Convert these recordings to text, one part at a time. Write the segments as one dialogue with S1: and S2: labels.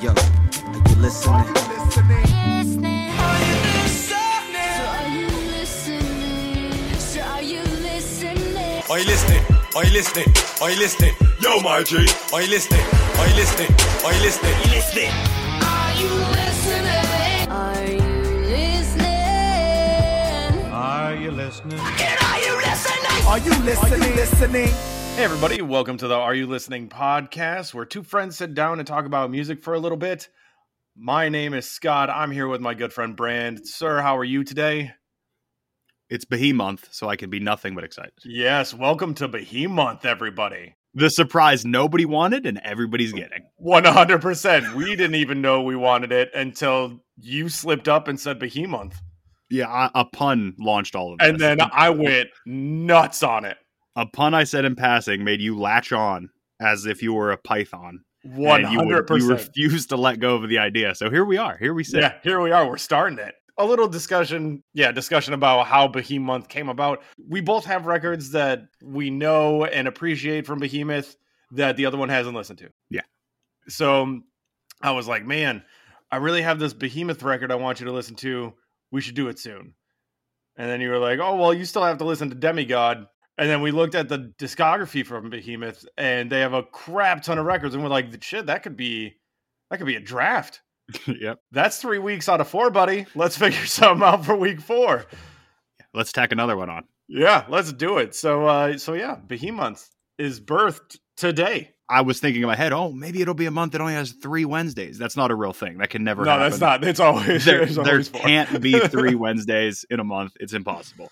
S1: you
S2: Yo, are you listening?
S1: listening?
S3: Are you listening? So Are you listening?
S4: Are you listening? Are you listening? Are you listening? Yo, my G. Are you listening? Are you listening? Are you listening? Listening.
S3: Are you listening? Are you listening?
S1: Are you listening? Are you listening? Are you listening?
S5: Hey, everybody, welcome to the Are You Listening podcast, where two friends sit down and talk about music for a little bit. My name is Scott. I'm here with my good friend Brand. Sir, how are you today?
S6: It's Behemoth, so I can be nothing but excited.
S5: Yes, welcome to Behemoth, everybody.
S6: The surprise nobody wanted and everybody's getting.
S5: 100%. We didn't even know we wanted it until you slipped up and said Behemoth.
S6: Yeah, I- a pun launched all of this.
S5: And then I went nuts on it.
S6: A pun I said in passing made you latch on as if you were a python. And you, would-
S5: 100%.
S6: you refused to let go of the idea. So here we are. Here we sit.
S5: Yeah, here we are. We're starting it. A little discussion, yeah, discussion about how Behemoth came about. We both have records that we know and appreciate from Behemoth that the other one hasn't listened to.
S6: Yeah.
S5: So um, I was like, man, I really have this Behemoth record I want you to listen to. We should do it soon. And then you were like, oh, well, you still have to listen to Demigod. And then we looked at the discography from Behemoth and they have a crap ton of records. And we're like, shit, that could be, that could be a draft
S6: yep.
S5: that's three weeks out of four, buddy. Let's figure something out for week four.
S6: Let's tack another one on.
S5: Yeah, let's do it. So, uh, so yeah, Behemoth is birthed today.
S6: I was thinking in my head, oh, maybe it'll be a month that only has three Wednesdays. That's not a real thing. That can never
S5: no,
S6: happen.
S5: that's not. It's always
S6: There,
S5: there's
S6: there
S5: always four.
S6: can't be three Wednesdays in a month. It's impossible.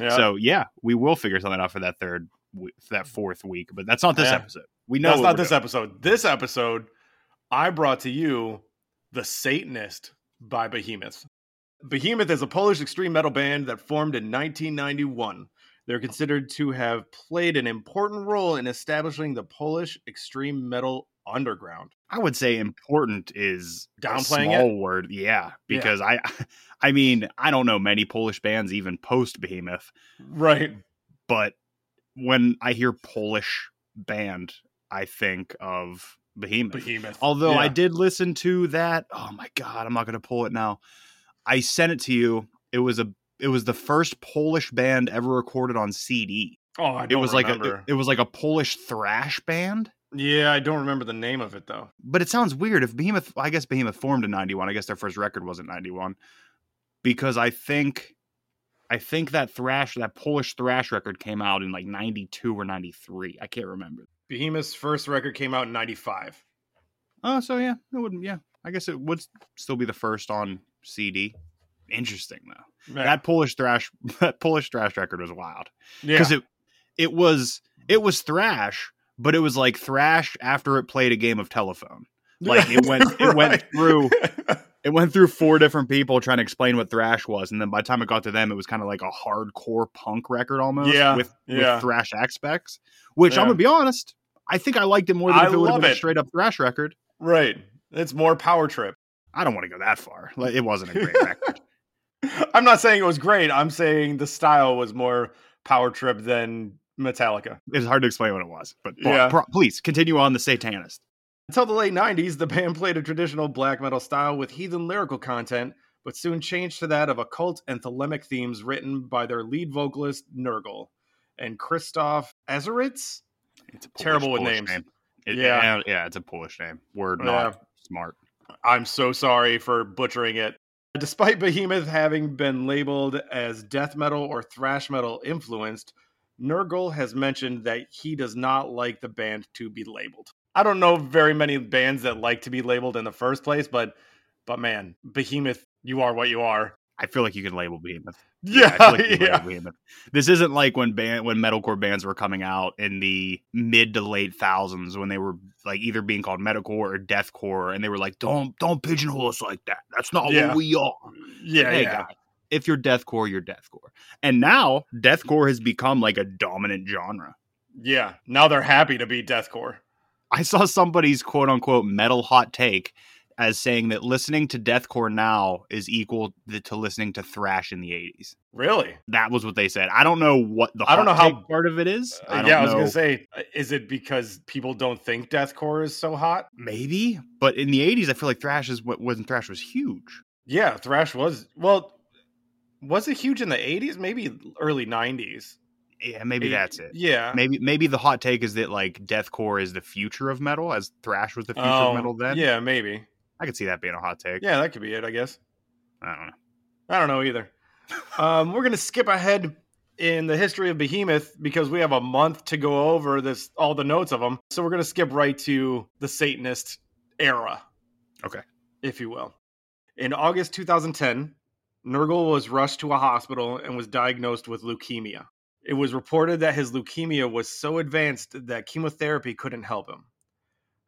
S5: Yeah.
S6: So yeah, we will figure something out for that third, w- that fourth week. But that's not this
S5: Yeah.
S6: episode. We know
S5: that's
S6: what
S5: not
S6: we're
S5: this
S6: doing.
S5: episode. This episode, I brought to you the Satanist by Behemoth. Behemoth is a Polish extreme metal band that formed in 1991. They're considered to have played an important role in establishing the Polish extreme metal underground.
S6: I would say important is a
S5: Downplaying
S6: small word. Yeah, because I, I mean, I don't know many Polish bands even post Behemoth,
S5: Right.
S6: but when I hear Polish band, I think of Behemoth.
S5: Behemoth.
S6: Although I
S5: Yeah.
S6: did listen to that. Oh my god, I'm not gonna pull it now. I sent it to you. It was a it was the first Polish band ever recorded on CD.
S5: Oh, I
S6: It
S5: don't
S6: was like a
S5: remember.
S6: it, it was like a Polish thrash band.
S5: yeah, I don't remember the name of it though.
S6: But it sounds weird if Behemoth I guess Behemoth formed in 91. I guess their first record wasn't 91 because I think I think that thrash that Polish thrash record came out in like 92 or 93. I can't remember.
S5: Behemoth's first record came out in '95.
S6: Oh, so yeah, it wouldn't. Yeah, I guess it would still be the first on CD. Interesting though. That Polish thrash, that Polish thrash record was wild
S5: yeah,
S6: because it it was it was thrash, but it was like thrash after it played a game of telephone. Like it went it went
S5: Right.
S6: through it went through four different people trying to explain what thrash was, and then by the time it got to them, it was kind of like a hardcore punk record almost.
S5: Yeah,
S6: with,
S5: yeah.
S6: with thrash aspects. Which
S5: Yeah.
S6: I'm gonna be honest, I think I liked it more than
S5: I
S6: if it would
S5: love
S6: have been
S5: it.
S6: a straight up thrash record.
S5: right. It's more Power Trip.
S6: I don't want to go that far. Like, it wasn't a great record.
S5: I'm not saying it was great. I'm saying the style was more Power Trip than Metallica.
S6: It's hard to explain what it was, but pro-
S5: Yeah.
S6: pro- please continue on the Satanist.
S5: Until the late 90s, the band played a traditional black metal style with heathen lyrical content, but soon changed to that of occult and thelemic themes written by their lead vocalist, Nurgle, and Christoph Azeritz.
S6: It's a
S5: Terrible with names.
S6: It-
S5: Yeah.
S6: yeah, it's a Polish name. We're
S5: Yeah.
S6: not smart.
S5: I'm so sorry for butchering it. Despite Behemoth having been labeled as death metal or thrash metal influenced, Nurgle has mentioned that he does not like the band to be labeled. I don't know very many bands that like to be labeled in the first place, but but man, Behemoth, you are what you are.
S6: I feel like you can label Behemoth.
S5: Yeah,
S6: I feel like you can
S5: yeah.
S6: label Behemoth. This isn't like when band when metalcore bands were coming out in the mid to late thousands when they were like either being called metalcore or deathcore, and they were like, "Don't don't pigeonhole us like that. That's not
S5: Yeah.
S6: what we are."
S5: Yeah,
S6: Hey,
S5: yeah.
S6: guy, if you're deathcore, you're deathcore. And now deathcore has become like a dominant genre.
S5: Yeah. Now they're happy to be deathcore.
S6: I saw somebody's quote unquote metal hot take as saying that listening to deathcore now is equal th- to listening to thrash in the 80s.
S5: Really?
S6: That was what they said. I don't know what the
S5: I don't
S6: hot
S5: know how- Uh,
S6: take part of it is. I don't
S5: yeah, I was going
S6: know.
S5: to say uh, is it because people don't think deathcore is so hot?
S6: maybe, but in the 80s I feel like thrash is what when thrash was huge.
S5: Yeah, thrash was well, was it huge in the eighties? Maybe early nineties.
S6: Yeah, maybe that's it.
S5: Yeah,
S6: Maybe maybe the hot take is that like deathcore is the future of metal as thrash was the future
S5: Oh,
S6: of metal then.
S5: Yeah, maybe.
S6: I could see that being a hot take.
S5: Yeah, that could be it. I guess.
S6: I don't know.
S5: I don't know either. Um, we're gonna skip ahead in the history of Behemoth because we have a month to go over this all the notes of them. So we're gonna skip right to the Satanist era.
S6: Okay.
S5: If you will. In August 2010, Nurgle was rushed to a hospital and was diagnosed with leukemia. It was reported that his leukemia was so advanced that chemotherapy couldn't help him.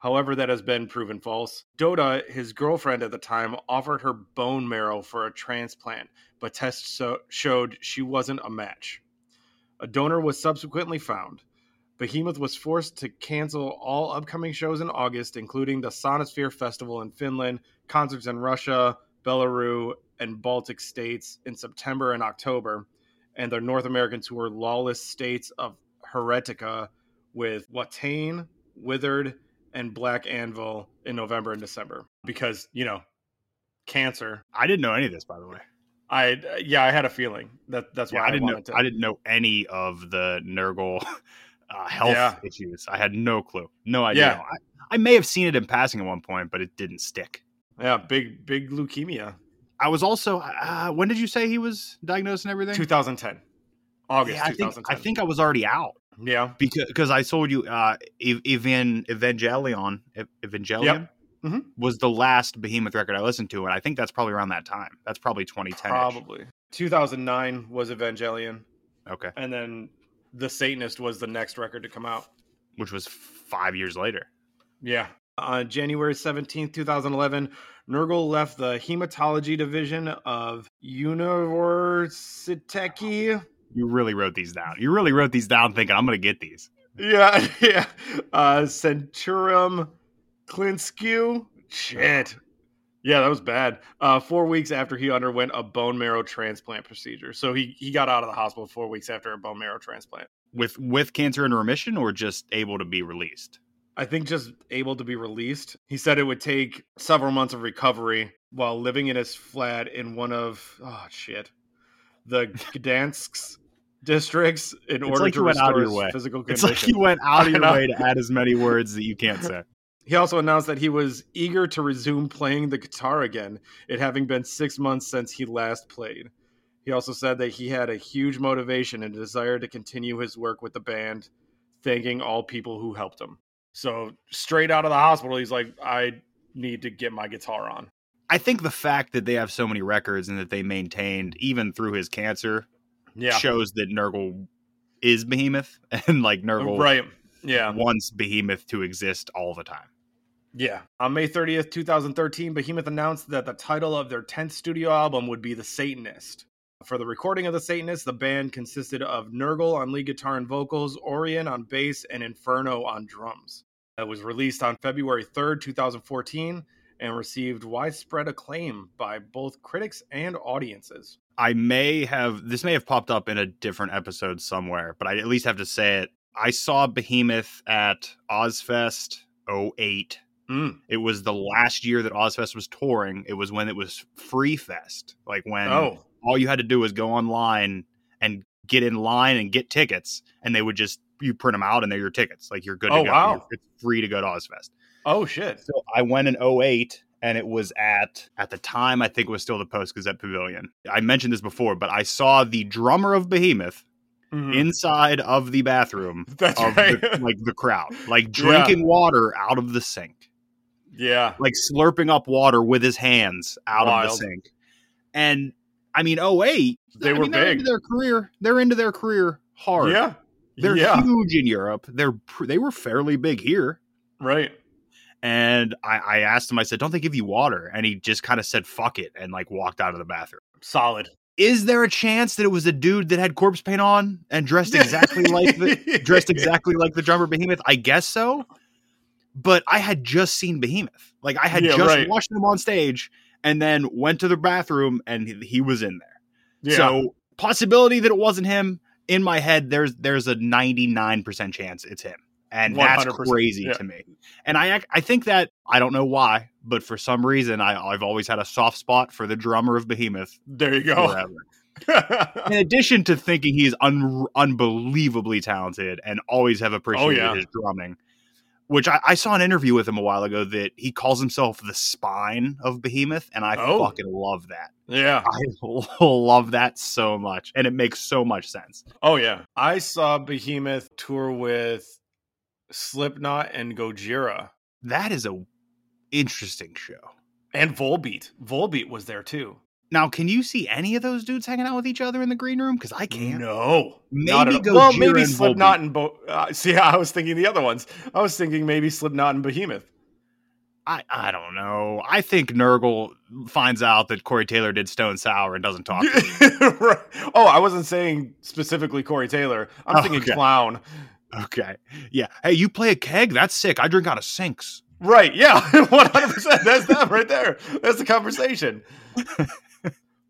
S5: However, that has been proven false. Doda, his girlfriend at the time, offered her bone marrow for a transplant, but tests so- showed she wasn't a match. A donor was subsequently found. Behemoth was forced to cancel all upcoming shows in August, including the Sonosphere Festival in Finland, concerts in Russia, Belarus, and Baltic states in September and October, and their North American tour Lawless States of Heretica with Watane, Withered, and Black Anvil in November and December because you know cancer.
S6: I didn't know any of this by the way.
S5: I yeah, I had a feeling that that's why
S6: Yeah, I didn't know.
S5: wanted to.
S6: I didn't know any of the Nurgle uh, health
S5: Yeah.
S6: issues. I had no clue, no idea.
S5: Yeah.
S6: I, I may have seen it in passing at one point, but it didn't stick.
S5: Yeah, big big leukemia.
S6: I was also. Uh, when did you say he was diagnosed and everything?
S5: 2010, August
S6: Yeah, I think
S5: 2010.
S6: I think I was already out
S5: yeah.
S6: because because I sold you uh, Ev- Evan Evangelion Ev- Evangelion.
S5: Mhm.
S6: Was the last Behemoth record I listened to, and I think that's probably around that time. That's probably 2010.
S5: Probably 2009 was Evangelion,
S6: Okay,
S5: and then The Satanist was the next record to come out.
S6: which was five years later.
S5: Yeah. On January 17th, 2011, Nurgle left the hematology division of Universiteki.
S6: You really wrote these down. You really wrote these down, thinking I'm going to get these.
S5: Yeah, yeah. Uh, Centurum Klinskew. Shit. Yeah, that was bad. Uh, four weeks after he underwent a bone marrow transplant procedure. So he, he got out of the hospital four weeks after a bone marrow transplant.
S6: with with cancer in remission or just able to be released
S5: I think just able to be released. He said it would take several months of recovery while living in his flat in one of, oh, shit, the Gdansk's districts in order
S6: like
S5: to
S6: you went out of
S5: restore
S6: your way.
S5: his physical
S6: it's
S5: condition.
S6: like you went out of
S5: I
S6: your
S5: know.
S6: way to add as many words that you can't say
S5: He also announced that he was eager to resume playing the guitar again, it having been six months since he last played. He also said that he had a huge motivation and desire to continue his work with the band, thanking all people who helped him. So, straight out of the hospital, he's like, I need to get my guitar on.
S6: i think the fact that they have so many records and that they maintained even through his cancer
S5: Yeah.
S6: shows that nurgle is behemoth and like nurgle
S5: Right. Yeah.
S6: wants behemoth to exist all the time
S5: Yeah. On May 30th, 2013, Behemoth announced that the title of their 10th studio album would be The Satanist. For the recording of The Satanist, the band consisted of Nurgle on lead guitar and vocals, Orion on bass, and Inferno on drums. That was released on February 3rd, 2014, and received widespread acclaim by both critics and audiences.
S6: I may have this may have popped up in a different episode somewhere, but I at least have to say it. I saw Behemoth at Ozfest 08.
S5: Mm.
S6: It was the last year that Ozfest was touring. It was when it was free fest. Like when
S5: oh,
S6: all you had to do was go online and get in line and get tickets and they would just you print them out and they're your tickets. Like you're good.
S5: Oh,
S6: to go.
S5: wow.
S6: You're- It's free to go to Ozfest.
S5: Oh shit.
S6: So I went in 08 and it was at at the time I think it was still the Post Gazette Pavilion. I mentioned this before, but I saw the drummer of Behemoth
S5: Mhm.
S6: inside of the bathroom
S5: That's
S6: of
S5: right.
S6: the, like the crowd, like
S5: Yeah.
S6: drinking water out of the sink,
S5: yeah.
S6: like slurping up water with his hands out of the
S5: Wild.
S6: sink. And I mean, 08,
S5: They
S6: I
S5: were
S6: mean, they're
S5: big.
S6: into their career. They're into their career hard.
S5: Yeah.
S6: They're
S5: yeah.
S6: huge in Europe. They're pr- they were fairly big here.
S5: Right.
S6: And I, I asked him, I said, don't they give you water? And he just kind of said, fuck it, and like walked out of the bathroom.
S5: Solid.
S6: Is there a chance that it was a dude that had corpse paint on and dressed exactly like the dressed exactly like the drummer Behemoth? I guess so. But I had just seen Behemoth. Like I had
S5: Yeah,
S6: just
S5: right.
S6: watched him on stage and then went to the bathroom and he, he was in there.
S5: Yeah.
S6: So possibility that it wasn't him in my head. There's there's a 99 percent chance it's him, and that's
S5: 100%,
S6: crazy
S5: yeah.
S6: to me. And I ac- I think that I don't know why, but for some reason I I've always had a soft spot for the drummer of Behemoth.
S5: there you go.
S6: Forever. In addition to thinking he's un- unbelievably talented and always have appreciated
S5: Oh, yeah.
S6: his drumming, which I, I saw an interview with him a while ago that he calls himself the spine of Behemoth, and I
S5: Oh.
S6: fucking love that.
S5: yeah.
S6: I love that so much, and it makes so much sense.
S5: Oh yeah. I saw Behemoth tour with Slipknot and Gojira
S6: That is a interesting show.
S5: and Volbeat. Volbeat was there too.
S6: Now, can you see any of those dudes hanging out with each other in the green room? Because I can't.
S5: No,
S6: Maybe
S5: not at all. well,
S6: Gojira
S5: maybe
S6: and
S5: Slipknot and Bo- uh, see. I was thinking the other ones. I was thinking maybe Slipknot and Behemoth.
S6: I, I don't know. I think Nurgle finds out that Corey Taylor did Stone Sour and doesn't talk. to him.
S5: Right. oh, I wasn't saying specifically Corey Taylor. I'm
S6: Oh,
S5: thinking
S6: okay.
S5: clown.
S6: okay. Yeah. Hey, you play a keg? That's sick. I drink out of sinks.
S5: Right? Yeah, 100. percent That's that right there. That's the conversation.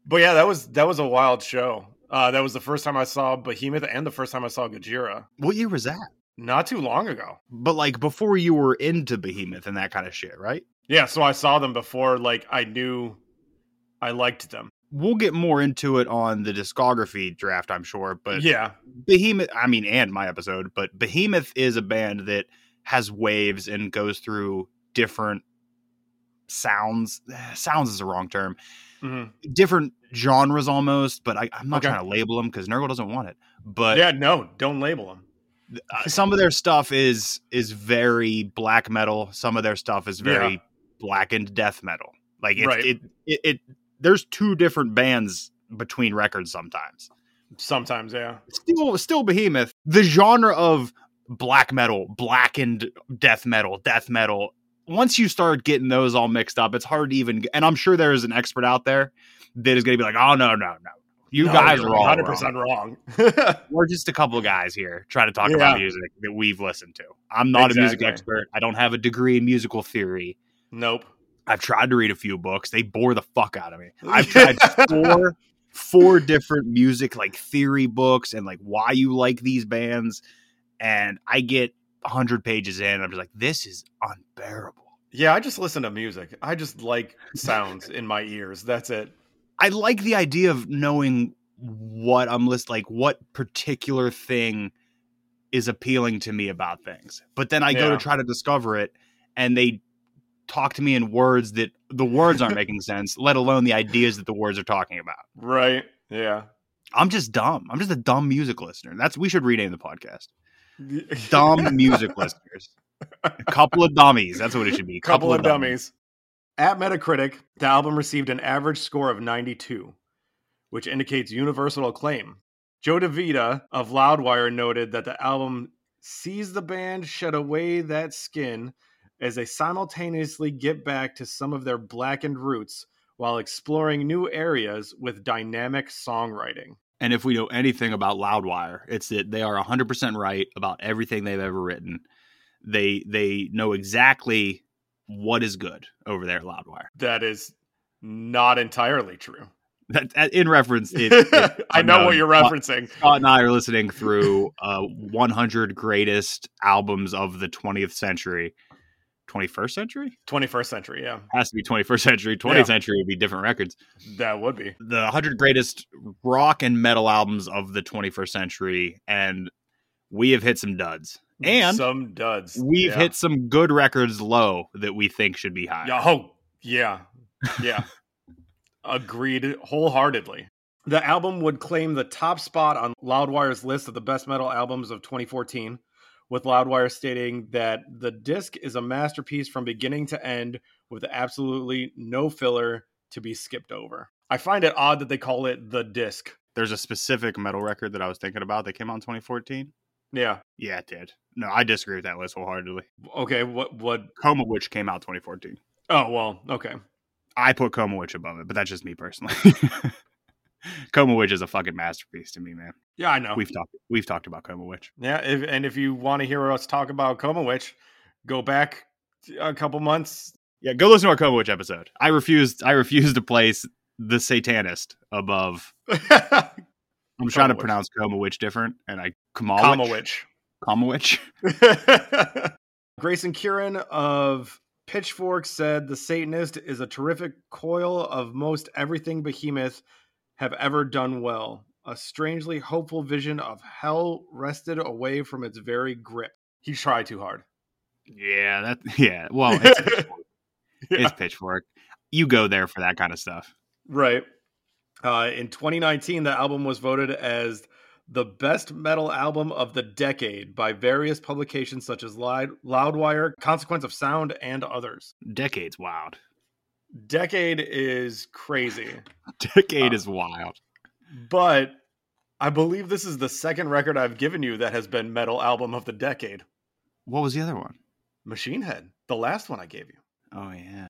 S5: but yeah, that was that was a wild show. Uh, that was the first time I saw Behemoth and the first time I saw Gojira.
S6: What year was that?
S5: Not too long ago.
S6: But like before you were into Behemoth and that kind of shit, right?
S5: Yeah, so I saw them before. Like I knew I liked them.
S6: We'll get more into it on the discography draft, I'm sure. But
S5: yeah,
S6: Behemoth, I mean, and my episode, but Behemoth is a band that has waves and goes through different sounds. Eh, Sounds is the wrong term.
S5: hmm
S6: Different genres almost, but I, I'm not
S5: Okay.
S6: trying to label them because Nurgle doesn't want it. But
S5: yeah. No, don't label them.
S6: uh, some of their stuff is is very black metal. Some of their stuff is very
S5: Yeah.
S6: blackened death metal. Like it's,
S5: Right.
S6: it, it, it, there's two different bands between records sometimes.
S5: Sometimes, yeah.
S6: still still behemoth the genre of black metal blackened death metal death metal once you start getting those all mixed up it's hard to even and i'm sure there is an expert out there that is going to be like oh no no no you
S5: No,
S6: guys
S5: you're
S6: are all
S5: 100%
S6: wrong.
S5: wrong.
S6: we're just a couple guys here trying to talk about
S5: Yeah.
S6: music that we've listened to i'm not a music
S5: Exactly.
S6: expert i don't have a degree in musical theory
S5: nope.
S6: I've tried to read a few books. They bore the fuck out of me. I've tried four four different music like theory books and like why you like these bands and I get 100 pages in and I'm just like this is unbearable.
S5: Yeah, I just listen to music. I just like sounds in my ears. That's it.
S6: I like the idea of knowing what I'm list like what particular thing is appealing to me about things. But then I go
S5: Yeah.
S6: to try to discover it and they talk to me in words that the words aren't making sense, let alone the ideas that the words are talking about.
S5: Right. Yeah.
S6: I'm just dumb. I'm just a dumb music listener. That's we should rename the podcast. Dumb music listeners. A couple of dummies. That's what it should be.
S5: Couple of dummies. At Metacritic, the album received an average score of 92, which indicates universal acclaim. Joe DeVita of Loudwire noted that the album sees the band shed away that skin as they simultaneously get back to some of their blackened roots while exploring new areas with dynamic songwriting.
S6: And if we know anything about Loudwire, it's that they are 100% right about everything they've ever written. They they know exactly what is good over there at Loudwire.
S5: That is not entirely true.
S6: That, that- in reference, if, if
S5: I know what
S6: unknown,
S5: you're
S6: Scott-
S5: referencing.
S6: Scott and I are listening through uh, 100 greatest albums of the 20th century, 21st century.
S5: 21st century, yeah.
S6: has to be 21st century. 20th
S5: Yeah.
S6: century would be different records.
S5: That would be.
S6: The 100 greatest rock and metal albums of the 21st century, and we have hit some duds. And
S5: some duds.
S6: we've
S5: Yeah.
S6: hit some good records low that we think should be high.
S5: Yeah, Oh, yeah. Yeah. Agreed wholeheartedly. The album would claim the top spot on Loudwire's list of the best metal albums of 2014, with Loudwire stating that the disc is a masterpiece from beginning to end with absolutely no filler to be skipped over. I find it odd that they call it the disc.
S6: There's a specific metal record that I was thinking about that came out in 2014.
S5: Yeah.
S6: Yeah, it did. No, I disagree with that list wholeheartedly.
S5: Okay. What, what?
S6: Coma Witch came out 2014.
S5: Oh, well, okay.
S6: I put Coma Witch above it, but that's just me personally. Coma Witch is a fucking masterpiece to me, man.
S5: Yeah, I know.
S6: We've talked we've talked about Coma Witch.
S5: Yeah, if, and if you want to hear us talk about Coma Witch, go back a couple months.
S6: Yeah, go listen to our Coma Witch episode. I refused I refused to place the Satanist above.
S5: Coma
S6: I'm trying to
S5: Witch.
S6: pronounce Coma Witch different, and I Kama Witch.
S5: Witch.
S6: Kama Witch.
S5: Grayson Kieran of Pitchfork said the Satanist is a terrific coil of most everything Behemoth have ever done well. A strangely hopeful vision of hell wrested away from its very grip. He tried too hard. Oh,
S6: Yeah, that yeah. Well, it's pitchfork.
S5: Yeah.
S6: it's pitchfork. You go there for that kind of stuff.
S5: Right. Uh, in 2019, the album was voted as the best metal album of the decade by various publications such as Loud, Loudwire, Consequence of Sound, and others.
S6: Decades wild.
S5: Decade is crazy,
S6: Decade
S5: Uh,
S6: is wild.
S5: but I believe this is the second record I've given you that has been metal album of the decade.
S6: What was the other one?
S5: Machine Head, the last one I gave you.
S6: Oh yeah.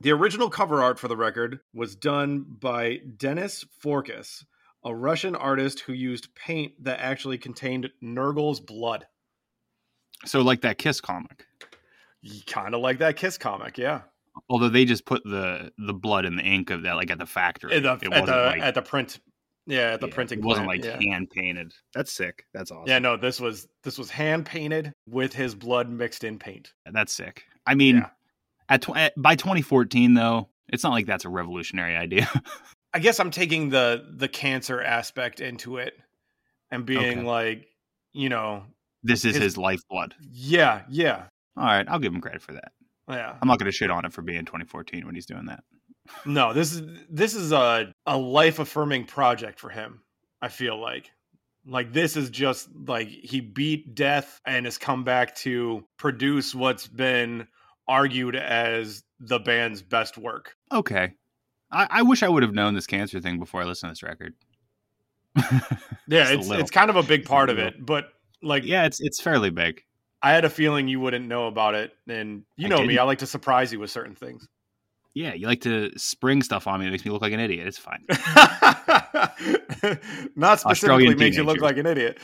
S5: The original cover art for the record was done by Dennis Forkas, a Russian artist who used paint that actually contained Nurgle's blood.
S6: So like that Kiss comic.
S5: Kind of like that Kiss comic, yeah.
S6: Although they just put the the blood and the ink of that like at the factory.
S5: At the,
S6: it
S5: at,
S6: wasn't
S5: the
S6: like
S5: at the print, yeah, at the
S6: yeah,
S5: printing.
S6: It wasn't
S5: plant,
S6: like
S5: yeah.
S6: hand painted. That's sick. That's awesome.
S5: yeah, no, this was this was hand painted with his blood mixed in paint.
S6: That's sick. I mean,
S5: Yeah.
S6: at, tw- at by 2014 though, it's not like that's a revolutionary idea.
S5: I guess I'm taking the the cancer aspect into it and being
S6: Okay.
S5: like, you know,
S6: this is
S5: His-
S6: his, lifeblood.
S5: yeah, yeah,
S6: All right, I'll give him credit for that.
S5: yeah.
S6: I'm not going to shit on it for being 2014 when he's doing that.
S5: No, this is this is a a life affirming project for him. I feel like like this is just like he beat death and has come back to produce what's been argued as the band's best work.
S6: Okay. I, I wish I would have known this cancer thing before I listened to this record.
S5: Yeah,
S6: Just a
S5: it's
S6: little.
S5: it's kind of a big
S6: Just a
S5: part of
S6: little.
S5: it, but like
S6: yeah, it's it's fairly big.
S5: I had a feeling you wouldn't know about it and you
S6: I
S5: know me,
S6: didn't.
S5: I like to surprise you with certain things.
S6: Yeah, you like to spring stuff on me. It makes me look like an idiot. It's fine.
S5: Not specifically
S6: Australian
S5: makes you look
S6: teenagers.
S5: like an idiot.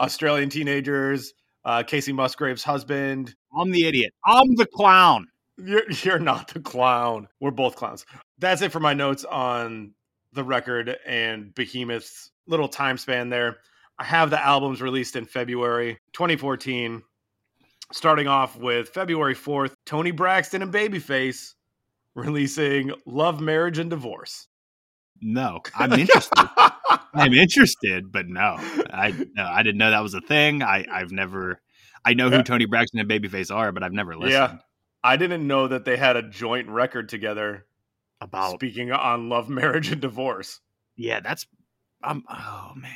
S5: Australian teenagers, uh, Casey Musgrave's husband,
S6: I'm the idiot. I'm the clown.
S5: You're you're not the clown. We're both clowns. That's it for my notes on the record and Behemoth's little time span there. I have the albums released in February 2014. Starting off with February 4th, Tony Braxton and Babyface releasing Love, Marriage, and Divorce.
S6: No, I'm interested. I'm interested, but no, I no, I didn't know that was a thing. I I've never. I know
S5: Yeah.
S6: who Tony Braxton and Babyface are, but I've never listened.
S5: Yeah. I didn't know that they had a joint record together
S6: About
S5: speaking on Love, Marriage, and Divorce.
S6: yeah, that's. I'm. Oh man,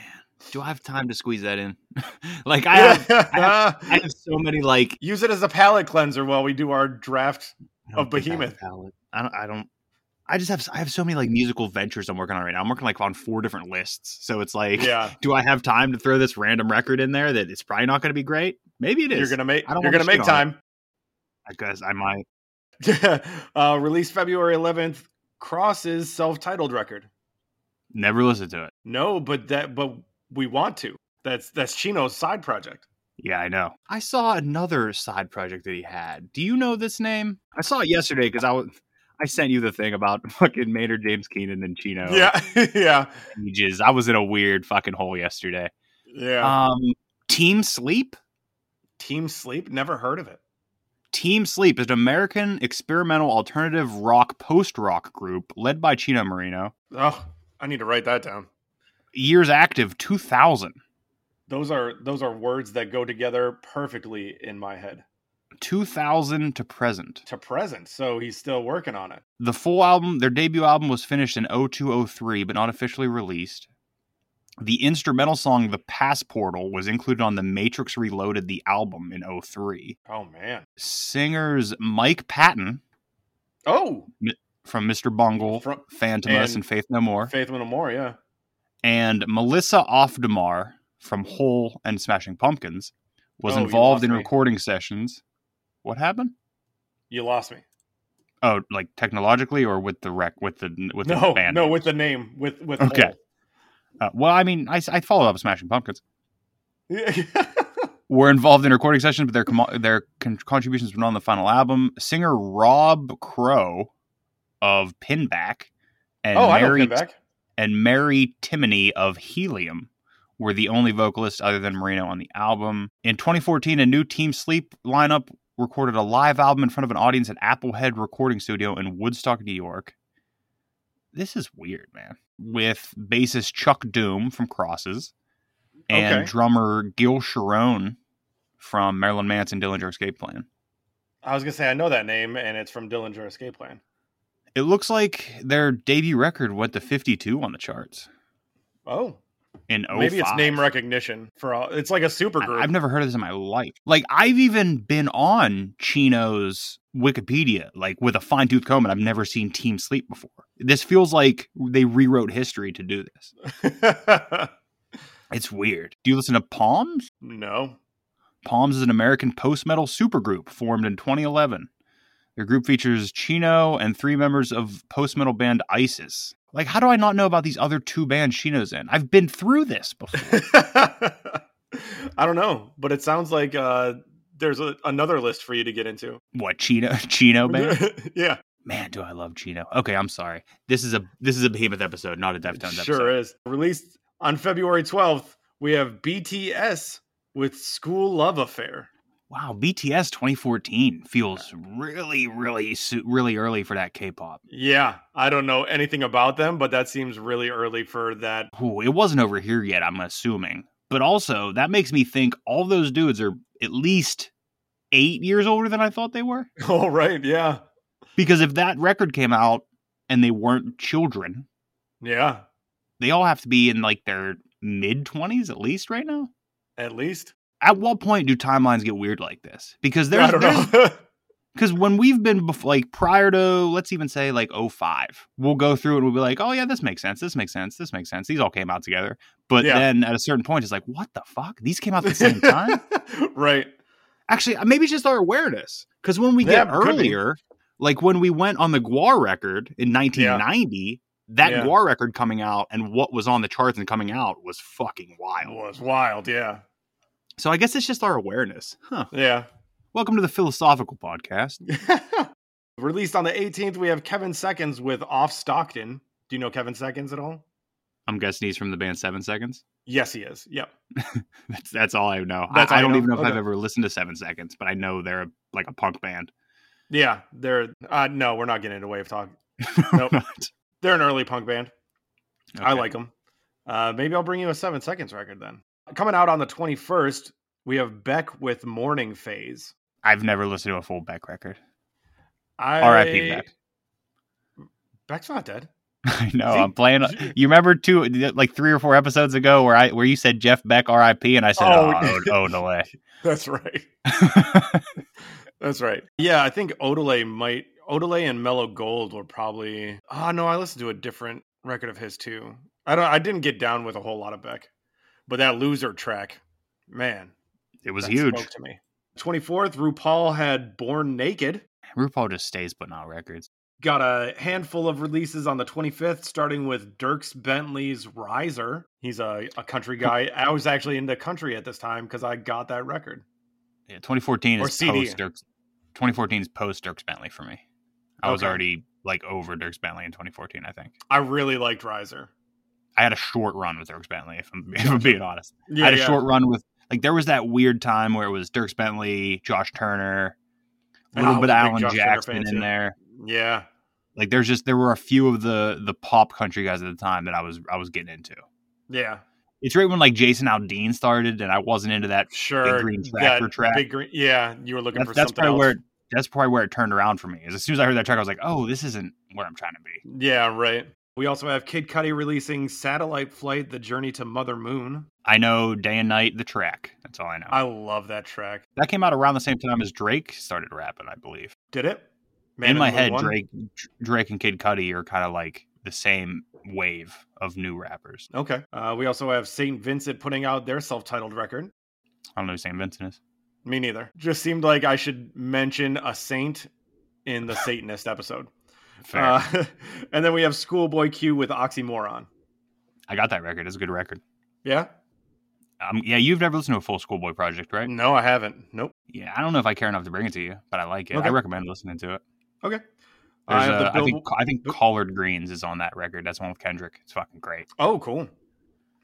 S6: do I have time to squeeze that in? like I have, I have so many like
S5: Use it as a palate cleanser while we do our draft
S6: I don't
S5: Of
S6: think I have
S5: Behemoth.
S6: talent. I don't. I don't. I just have. I have so many like musical ventures I'm working on right now. I'm working like on four different lists, so it's like,
S5: yeah
S6: do I have time to throw this random record in there that it's probably not going to be great? Maybe it is.
S5: you're gonna make
S6: I don't
S5: you're
S6: wanna
S5: gonna make
S6: shit on
S5: time
S6: I guess I might.
S5: uh released february 11th crosses self-titled record
S6: Never listen to it.
S5: no but that but we want to that's that's chino's side project
S6: Yeah, I know. I saw another side project that he had. Do you know this name? I saw it yesterday because I was. I sent you the thing about fucking Maynard James Keenan and Chino.
S5: yeah yeah
S6: Ages. I was in a weird fucking hole yesterday.
S5: yeah
S6: Um, Team Sleep.
S5: team sleep never heard of it
S6: Team Sleep is an American experimental alternative rock post rock group led by Chino Marino.
S5: oh i need to write that down
S6: Years active 2000.
S5: those are those are words that go together perfectly in my head
S6: 2000 to present.
S5: to present. So he's still working on it.
S6: The full album, their debut album was finished in 0203 but not officially released. The instrumental song The Pass Portal was included on the Matrix Reloaded the album in 03.
S5: Oh man.
S6: Singers Mike Patton
S5: Oh,
S6: from Mr. Bungle,
S5: From-
S6: Phantomus,
S5: and-
S6: and, Faith No More,
S5: Faith No More. Yeah.
S6: and Melissa Offdemar from Hole and Smashing Pumpkins was
S5: Oh, you
S6: involved
S5: lost
S6: in
S5: me.
S6: recording sessions. What happened?
S5: You lost me.
S6: Oh, like technologically or with the rec with the with
S5: No,
S6: the band?
S5: no, with the name, with with
S6: Okay. Uh, well, I mean, I, I followed up with Smashing Pumpkins.
S5: Hole.
S6: Were involved in recording sessions, but their com- their con- contributions were not on the final album. Singer Rob Crow of Pinback and
S5: oh, I know
S6: Mary
S5: Pinback.
S6: and Mary Timony of Helium were the only vocalists other than Marino on the album. In 2014, a new Team Sleep lineup recorded a live album in front of an audience at Applehead Recording Studio in Woodstock, New York. This is weird, man. With bassist Chuck Doom from Crosses and
S5: Okay.
S6: drummer Gil Sharon from Marilyn Manson Dillinger Escape Plan.
S5: I was gonna say I know that name, and it's from Dillinger Escape Plan.
S6: It looks like their debut record went to 52 on the charts
S5: Oh,
S6: in 05.
S5: maybe it's name recognition for all. It's like a super
S6: I-
S5: group.
S6: I've never heard of this in my life. Like I've even been on Chino's Wikipedia, like with a fine tooth comb, and I've never seen Team Sleep before. This feels like they rewrote history to do this. It's weird. Do you listen to Palms?
S5: no.
S6: Palms is an American post metal supergroup formed in 2011. Their group features Chino and three members of post metal band Isis. Like, how do I not know about these other two bands Chino's in? I've been through this before.
S5: I don't know, but it sounds like uh, there's a, another list for you to get into.
S6: what Chino Chino band?
S5: yeah,
S6: Man, do I love Chino. Okay, I'm sorry. This is a this is a behemoth episode, not a Deftones
S5: sure
S6: episode.
S5: is. Released on February 12th, we have BTS with School Love Affair.
S6: Wow, BTS 2014 feels really, really, su- really early for that K-pop.
S5: Yeah, I don't know anything about them, but that seems really early for that.
S6: Ooh, it wasn't over here yet, I'm assuming. But also, that makes me think all those dudes are at least eight years older than I thought they were.
S5: Oh, right. Yeah.
S6: Because if that record came out and they weren't children,
S5: Yeah.
S6: they all have to be in like their mid 20s at least right now.
S5: At least.
S6: At what point do timelines get weird like this? Because there's,
S5: I don't
S6: there's
S5: know.
S6: because when we've been bef- like prior to let's even say like 05 we'll go through and we'll be like oh yeah this makes sense this makes sense this makes sense these all came out together but
S5: Yeah.
S6: then at a certain point it's like what the fuck these came out at the same time
S5: right.
S6: actually uh, maybe it's just our awareness because when we
S5: Yeah,
S6: get
S5: could be.
S6: earlier like when we went on the guar record in 1990 that
S5: Yeah.
S6: guar record coming out and what was on the charts and coming out was fucking
S5: It
S6: wild
S5: was wild. Yeah.
S6: so i guess it's just our awareness huh
S5: Yeah.
S6: welcome to the philosophical podcast
S5: Released on the 18th, we have Kevin Seconds with Off Stockton. Do you know Kevin Seconds at all?
S6: i'm guessing he's from the band seven seconds
S5: Yes, he is. Yep.
S6: That's that's all I know.
S5: That's
S6: I,
S5: all you
S6: I don't
S5: know?
S6: even know if I've
S5: Okay.
S6: ever listened to Seven Seconds, but I know they're a, like a punk band.
S5: Yeah. They're, uh, no, we're not getting into Wave Talk. Nope. They're an early punk band. I
S6: Okay.
S5: like them. Uh, maybe I'll bring you a Seven Seconds record then. Coming out on the 21st, we have Beck with Morning Phase.
S6: I've never listened to a full Beck record.
S5: I,
S6: R.I.P. Beck.
S5: Beck's not dead.
S6: I know.
S5: See?
S6: I'm playing.
S5: See?
S6: You remember two, like three or four episodes ago, where I where you said Jeff Beck R.I.P. and I said,
S5: Oh.
S6: Oh, oh, oh delay.
S5: That's right. That's right. Yeah, I think Odelay might Odelay and Mellow Gold were probably. Oh no, I listened to a different record of his too. I don't. I didn't get down with a whole lot of Beck, but that loser track, man,
S6: It was
S5: that
S6: huge.
S5: spoke to me. Twenty fourth, RuPaul had Born Naked.
S6: RuPaul just stays putting out records.
S5: Got a handful of releases on the 25th, starting with Dirks Bentley's Riser. He's a, a country guy. I was actually into country at this time because I got that record.
S6: Yeah, 2014
S5: Or
S6: is
S5: CD.
S6: post Dirk. 2014 is post Dirk Bentley for me. I was
S5: Okay.
S6: already like over Dirk Bentley in 2014. I think
S5: I really liked Riser.
S6: I had a short run with Dirk Bentley. If I'm, if I'm being honest.
S5: Yeah,
S6: I had a
S5: yeah.
S6: short run with like there was that weird time where it was Dirk Bentley, Josh Turner, a little
S5: Oh,
S6: bit
S5: big
S6: of Alan
S5: Josh Turner
S6: Jackson
S5: fan,
S6: in
S5: too.
S6: there.
S5: Yeah.
S6: Like there's just there were a few of the the pop country guys at the time that I was I was getting into.
S5: Yeah.
S6: It's right when like Jason Aldean started, and I wasn't into that.
S5: Sure.
S6: green
S5: you
S6: tractor
S5: got
S6: track.
S5: Big green. Yeah, you were looking
S6: That's,
S5: for
S6: that's
S5: something
S6: probably
S5: else.
S6: where it- that's probably where it turned around for me. Is as soon as I heard that track, I was like, "Oh, this isn't where I'm trying to be."
S5: Yeah, right. We also have Kid Cudi releasing Satellite Flight: The Journey to Mother Moon.
S6: I know day and night the track. That's all I know.
S5: I love that track.
S6: that came out around the same time as Drake started rapping, I believe.
S5: Did it?
S6: in
S5: and
S6: my
S5: the Moon
S6: head,
S5: one?
S6: Drake, Drake and Kid Cudi are kind of like the same wave of new rappers.
S5: Okay. Uh, we also have Saint Vincent putting out their self-titled record.
S6: I don't know who St. Vincent is.
S5: Me neither. Just seemed like I should mention a saint in the Satanist episode.
S6: Fair.
S5: Uh, and then we have Schoolboy Q with Oxymoron.
S6: I got that record. It's a good record.
S5: Yeah?
S6: Um, yeah, you've never listened to a full Schoolboy Project, right?
S5: No, I haven't. Nope.
S6: Yeah, I don't know if I care enough to bring it to you, but I like it.
S5: Okay.
S6: I recommend listening to it.
S5: Okay. I
S6: There's,
S5: have
S6: uh,
S5: the
S6: I think
S5: Billboard-
S6: I think
S5: Oop.
S6: Collard Greens is on that record. That's one with Kendrick. It's fucking great.
S5: Oh, cool.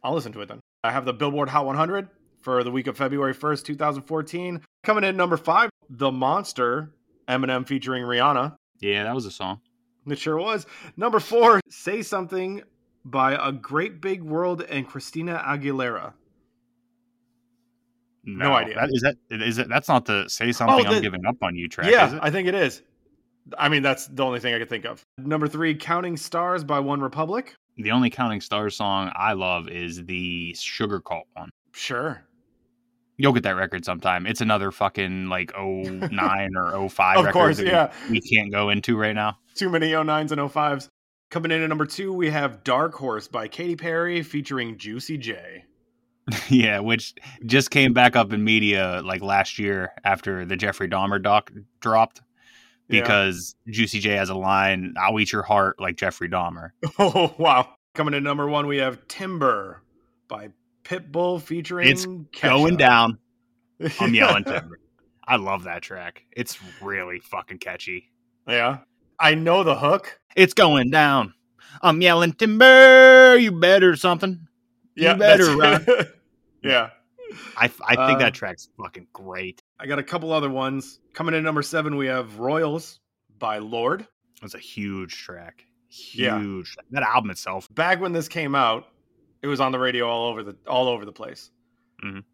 S5: I'll listen to it then. I have the Billboard Hot 100 for the week of February 1st, 2014. Coming in at number five, The Monster, Eminem featuring Rihanna.
S6: Yeah, that was a song.
S5: It sure was. Number four, Say Something by A Great Big World and Christina Aguilera. No idea. Oh,
S6: That, is that is that that's not the say something
S5: the-
S6: I'm giving up on you track? is
S5: yeah,
S6: it?
S5: I think it is. I mean, that's the only thing I could think of. Number three, Counting Stars by One Republic.
S6: the only Counting Stars song I love is the Sugar Cult one.
S5: Sure.
S6: You'll get that record sometime. It's another fucking like 09 or 05
S5: Of
S6: record
S5: course,
S6: that we-
S5: yeah.
S6: we can't go into right now.
S5: Too many 09s and 05s. Coming in at number two, we have Dark Horse by Katy Perry featuring Juicy J.
S6: yeah, which just came back up in media like last year after the Jeffrey Dahmer doc dropped
S5: Yeah.
S6: because Juicy J has a line, I'll eat your heart like Jeffrey Dahmer.
S5: Oh, wow. Coming in at number one, we have Timber by Pitbull featuring.
S6: It's
S5: Kesha.
S6: Going down. I'm yelling Timber. I love that track. It's really fucking catchy.
S5: yeah. I know the hook.
S6: It's going down. I'm yelling Timber, you better something. You
S5: Yeah.
S6: better
S5: that's- yeah.
S6: I, I think
S5: Uh,
S6: that track's fucking great.
S5: I got a couple other ones. Coming in at number seven, we have Royals by Lord.
S6: It's a huge track.
S5: Yeah.
S6: Huge. That album itself.
S5: Back when this came out, it was on the radio all over the all over the place. Mm-hmm.
S6: Mhm.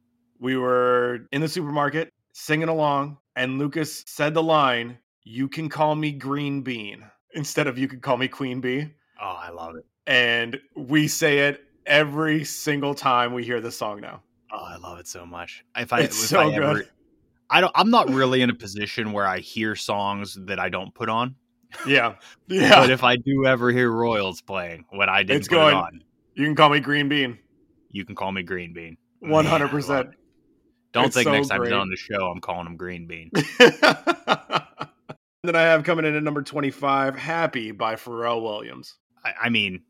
S5: We were in the supermarket singing along, and Lucas said the line, "You can call me Green Bean instead of you can call me Queen Bee,"
S6: Oh, I love it.
S5: and we say it every single time we hear this song now.
S6: Oh, I love it so much. If I,
S5: It's
S6: if
S5: so
S6: I ever,
S5: good.
S6: I don't. I'm not really in a position where I hear songs that I don't put on.
S5: Yeah, yeah.
S6: But if I do ever hear Royals playing when I didn't
S5: It's
S6: put
S5: going-
S6: it on,
S5: you can call me Green Bean,
S6: you can call me Green Bean. Man, I
S5: one hundred
S6: love
S5: percent.
S6: it. Don't
S5: It's
S6: think
S5: so
S6: next time he's
S5: great.
S6: on the show, I'm calling him Green Bean.
S5: then I have coming in at number 25, Happy by Pharrell Williams.
S6: I, I mean,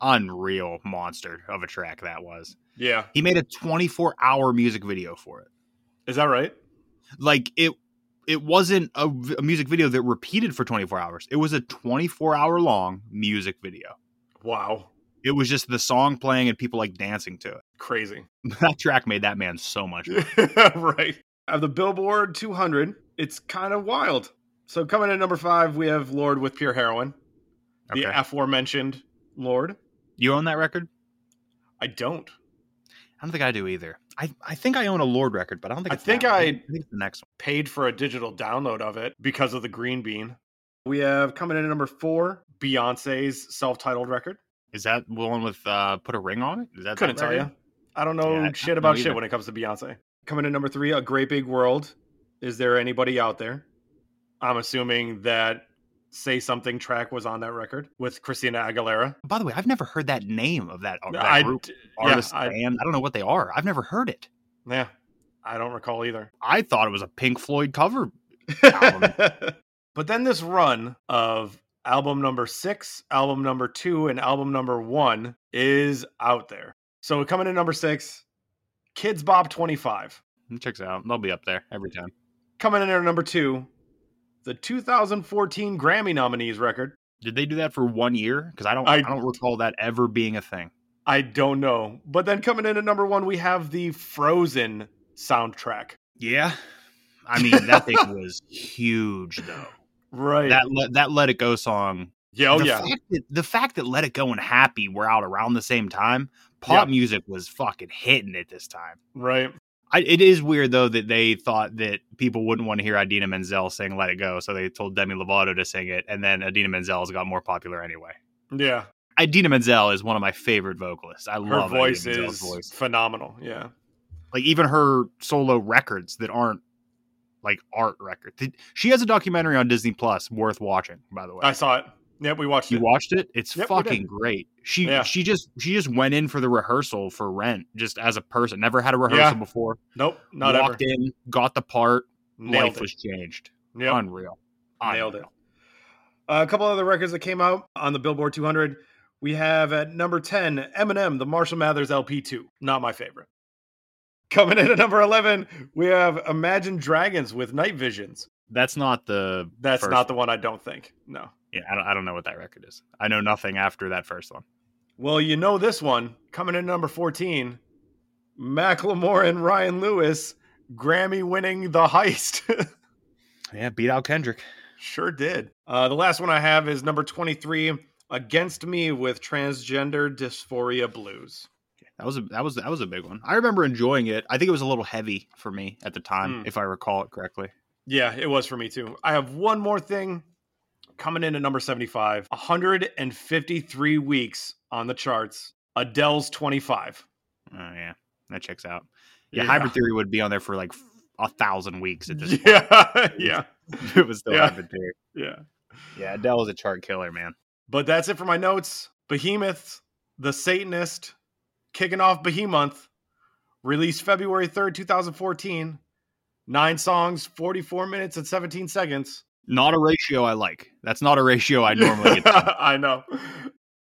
S6: unreal monster of a track that was.
S5: Yeah.
S6: He made a 24 hour music video for it.
S5: Is that right?
S6: Like it, it wasn't a, v- a music video that repeated for 24 hours. It was a 24 hour long music video.
S5: Wow.
S6: It was just the song playing and people like dancing to it.
S5: Crazy.
S6: That track made that man so much. money.
S5: right. I have the Billboard 200. It's kind of wild. So coming in at number five, we have Lord with Pure Heroin,
S6: Okay.
S5: the aforementioned Lord.
S6: you own that record?
S5: I don't.
S6: I don't think I do either. I, I think I own a Lord record, but I don't think
S5: I
S6: it's
S5: think
S6: that one.
S5: I-
S6: think it's the next one.
S5: Paid for a digital download of it because of the green bean. We have coming in at number four, Beyonce's self titled record.
S6: Is that the one with uh, put a ring on it? Is that that
S5: Couldn't tell
S6: record?
S5: you. I don't know
S6: Yeah, I don't
S5: shit
S6: know
S5: about shit
S6: either.
S5: when it comes to Beyonce. Coming in number three, A Great Big World. Is there anybody out there? I'm assuming that Say Something track was on that record with Christina Aguilera.
S6: By the way, I've never heard that name of that, that
S5: I,
S6: group,
S5: d- yeah,
S6: artist,
S5: I-
S6: band. I don't know what they are. I've never heard it.
S5: yeah, I don't recall either.
S6: I thought it was a Pink Floyd cover. Album.
S5: but then this run of album number six, album number two, and album number one is out there. So coming in number six, Kids Bob 25.
S6: Checks out. They'll be up there every time.
S5: Coming in at number two, the 2014 Grammy nominees record.
S6: Did they do that for one year? Because I don't.
S5: I-
S6: I, don't recall that ever being a thing.
S5: I don't know. But then coming in at number one, we have the Frozen soundtrack.
S6: Yeah. I mean, that thing was huge, though.
S5: Right.
S6: That let, that "Let It Go" song
S5: Yeah, oh
S6: the
S5: yeah.
S6: Fact that, the fact that Let It Go and Happy were out around the same time, pop music was fucking hitting it this time.
S5: Right.
S6: I, it is weird though that they thought that people wouldn't want to hear Idina Menzel sing "Let It Go," so they told Demi Lovato to sing it, and then Idina Menzel's got more popular anyway.
S5: Yeah.
S6: Idina Menzel is one of my favorite vocalists. I
S5: Her
S6: love Idina
S5: voice
S6: Menzel's
S5: is
S6: voice.
S5: phenomenal. Yeah.
S6: Like even her solo records that aren't like art records. Did- She has a documentary on Disney Plus worth watching, by the way.
S5: I saw it. Yep, we watched
S6: You
S5: it.
S6: watched it? It's
S5: Yep, we did.
S6: fucking great. She
S5: Yeah.
S6: she just she just went in for the rehearsal for Rent just as a person. Never had a rehearsal
S5: Yeah.
S6: before.
S5: nope, not ever.
S6: Walked in, got the part.
S5: Nailed
S6: life
S5: it.
S6: was changed.
S5: Yep.
S6: Unreal.
S5: Nailed it.
S6: Unreal.
S5: Uh, a couple other records that came out on the Billboard 200. We have at number 10, Eminem, the Marshall Mathers LP2. Not my favorite. Coming in at number 11, we have Imagine Dragons with Night Visions.
S6: That's not the.
S5: That's
S6: first
S5: not the one I don't think. No.
S6: Yeah, I don't, I don't know what that record is. I know nothing after that first one.
S5: Well, you know this one. Coming in at number 14, Macklemore and Ryan Lewis, Grammy winning The Heist.
S6: Yeah, beat out Kendrick.
S5: Sure did. Uh, the last one I have is number 23, Against Me with Transgender Dysphoria Blues.
S6: That was a that was that was a big one. I remember enjoying it. I think it was a little heavy for me at the time,
S5: Hmm.
S6: if I recall it correctly.
S5: Yeah, it was for me too. I have one more thing coming in at number 75, 153 weeks on the charts. Adele's 25.
S6: Oh yeah, that checks out. Yeah,
S5: Yeah.
S6: Hybrid Theory would be on there for like a thousand weeks at this
S5: Yeah, yeah,
S6: point. It was still
S5: Yeah.
S6: Hybrid Theory.
S5: yeah.
S6: Yeah, Adele was a chart killer, man.
S5: But that's it for my notes. Behemoth, the Satanist, kicking off Behemoth, released February 3rd, 2014. Nine songs, 44 minutes and 17 seconds.
S6: Not a ratio I like. That's not a ratio I normally get.
S5: I know.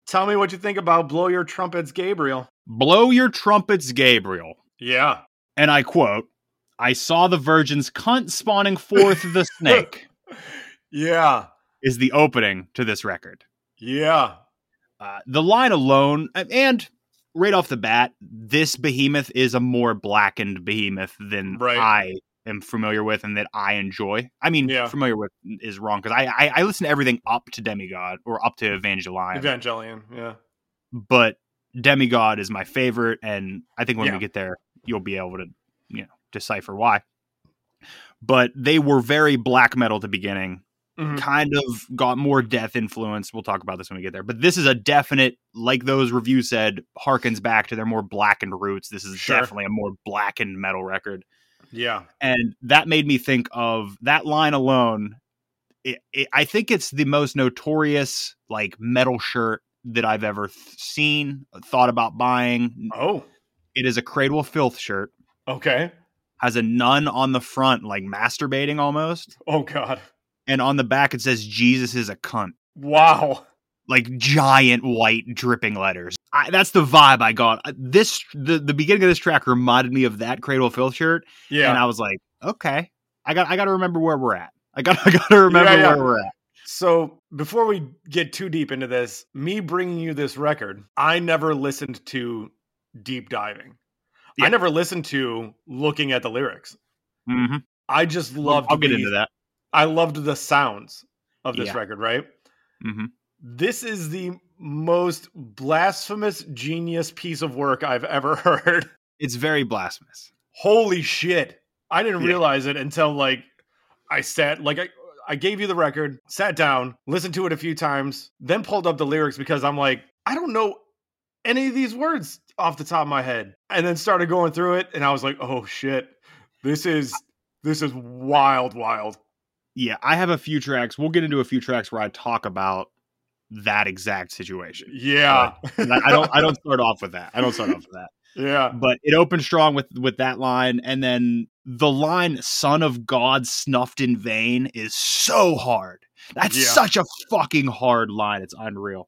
S5: Tell me what you think about Blow Your Trumpets, Gabriel.
S6: Blow your trumpets, Gabriel.
S5: Yeah.
S6: And I quote, I saw the virgin's cunt spawning forth the snake
S5: Yeah.
S6: is the opening to this record.
S5: Yeah.
S6: Uh, the line alone, and right off the bat, this behemoth is a more blackened behemoth than
S5: Right.
S6: I am familiar with and that I enjoy. I mean,
S5: Yeah.
S6: familiar with is wrong because I, I I listen to everything up to Demigod or up to Evangeline,
S5: Evangelion. Yeah.
S6: but Demigod is my favorite, and I think when
S5: Yeah.
S6: we get there, you'll be able to you know decipher why. But they were very black metal at the beginning
S5: Mhm.
S6: kind of got more death influence. We'll talk about this when we get there. But this is a definite, like those reviews said, harkens back to their more blackened roots. This is
S5: Sure.
S6: definitely a more blackened metal record.
S5: Yeah.
S6: And that made me think of that line alone. It, it, I think it's the most notorious like metal shirt that I've ever th- seen, thought about buying.
S5: Oh,
S6: It is a Cradle of Filth shirt,
S5: okay.
S6: has a nun on the front, like masturbating almost.
S5: Oh, God.
S6: And on the back, it says, Jesus is a cunt.
S5: Wow.
S6: like giant white dripping letters. I, that's the vibe I got. I- This the, the beginning of this track reminded me of that Cradle of Filth shirt,
S5: Yeah.
S6: and I was like, okay, I got I got to remember where we're at. I got I got to remember
S5: Yeah, yeah.
S6: where we're at.
S5: so before we get too deep into this, me bringing you this record, I never listened to deep diving.
S6: Yeah.
S5: I never listened to looking at the lyrics.
S6: Mm-hmm.
S5: I just loved.
S6: I'll get
S5: the-
S6: into that.
S5: I loved the sounds of this
S6: Yeah.
S5: record. Right.
S6: hmm
S5: This is the most blasphemous genius piece of work I've ever heard.
S6: It's very blasphemous.
S5: Holy shit. I didn't
S6: Yeah.
S5: realize it until like I sat like I I gave you the record, sat down, listened to it a few times, then pulled up the lyrics because I'm like, I don't know any of these words off the top of my head. And then started going through it and I was like, "Oh shit. This is this is wild wild."
S6: Yeah, I have a few tracks. We'll get into a few tracks where I talk about that exact situation.
S5: Yeah.
S6: And I, I don't I don't start off with that. I don't start off with that.
S5: Yeah.
S6: but it opened strong with with that line and then the line son of god snuffed in vain is so hard that's
S5: Yeah.
S6: such a fucking hard line it's unreal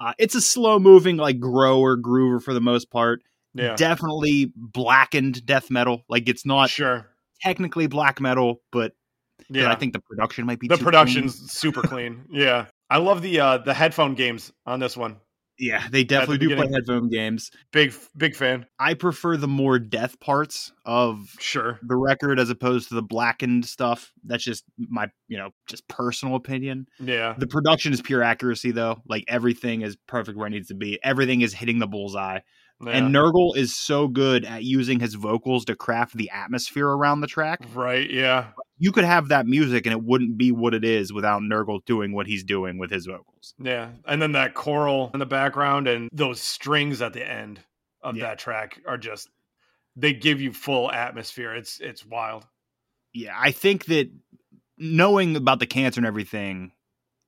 S6: uh, it's a slow moving like grower groover for the most part
S5: Yeah.
S6: definitely blackened death metal like it's not
S5: Sure.
S6: technically black metal but 'cause
S5: Yeah.
S6: i think E the production might be
S5: the
S6: too
S5: production's super clean. Yeah. I love the uh the headphone games on this one.
S6: clean. Yeah, they definitely do play
S5: beginning.
S6: headphone games.
S5: Big big fan.
S6: I prefer the more death parts of
S5: Sure.
S6: the record as opposed to the blackened stuff. That's just my, you know, just personal opinion.
S5: Yeah.
S6: The production is pure accuracy though. Like everything is perfect where it needs to be. Everything is hitting the bullseye. And
S5: Yeah.
S6: Nurgle is so good at using his vocals to craft the atmosphere around the track.
S5: right. Yeah.
S6: You could have that music and it wouldn't be what it is without Nurgle doing what he's doing with his vocals.
S5: Yeah. And then that choral in the background and those strings at the end of
S6: Yeah.
S5: that track are just they give you full atmosphere. It's it's wild.
S6: Yeah, I think that knowing about the cancer and everything,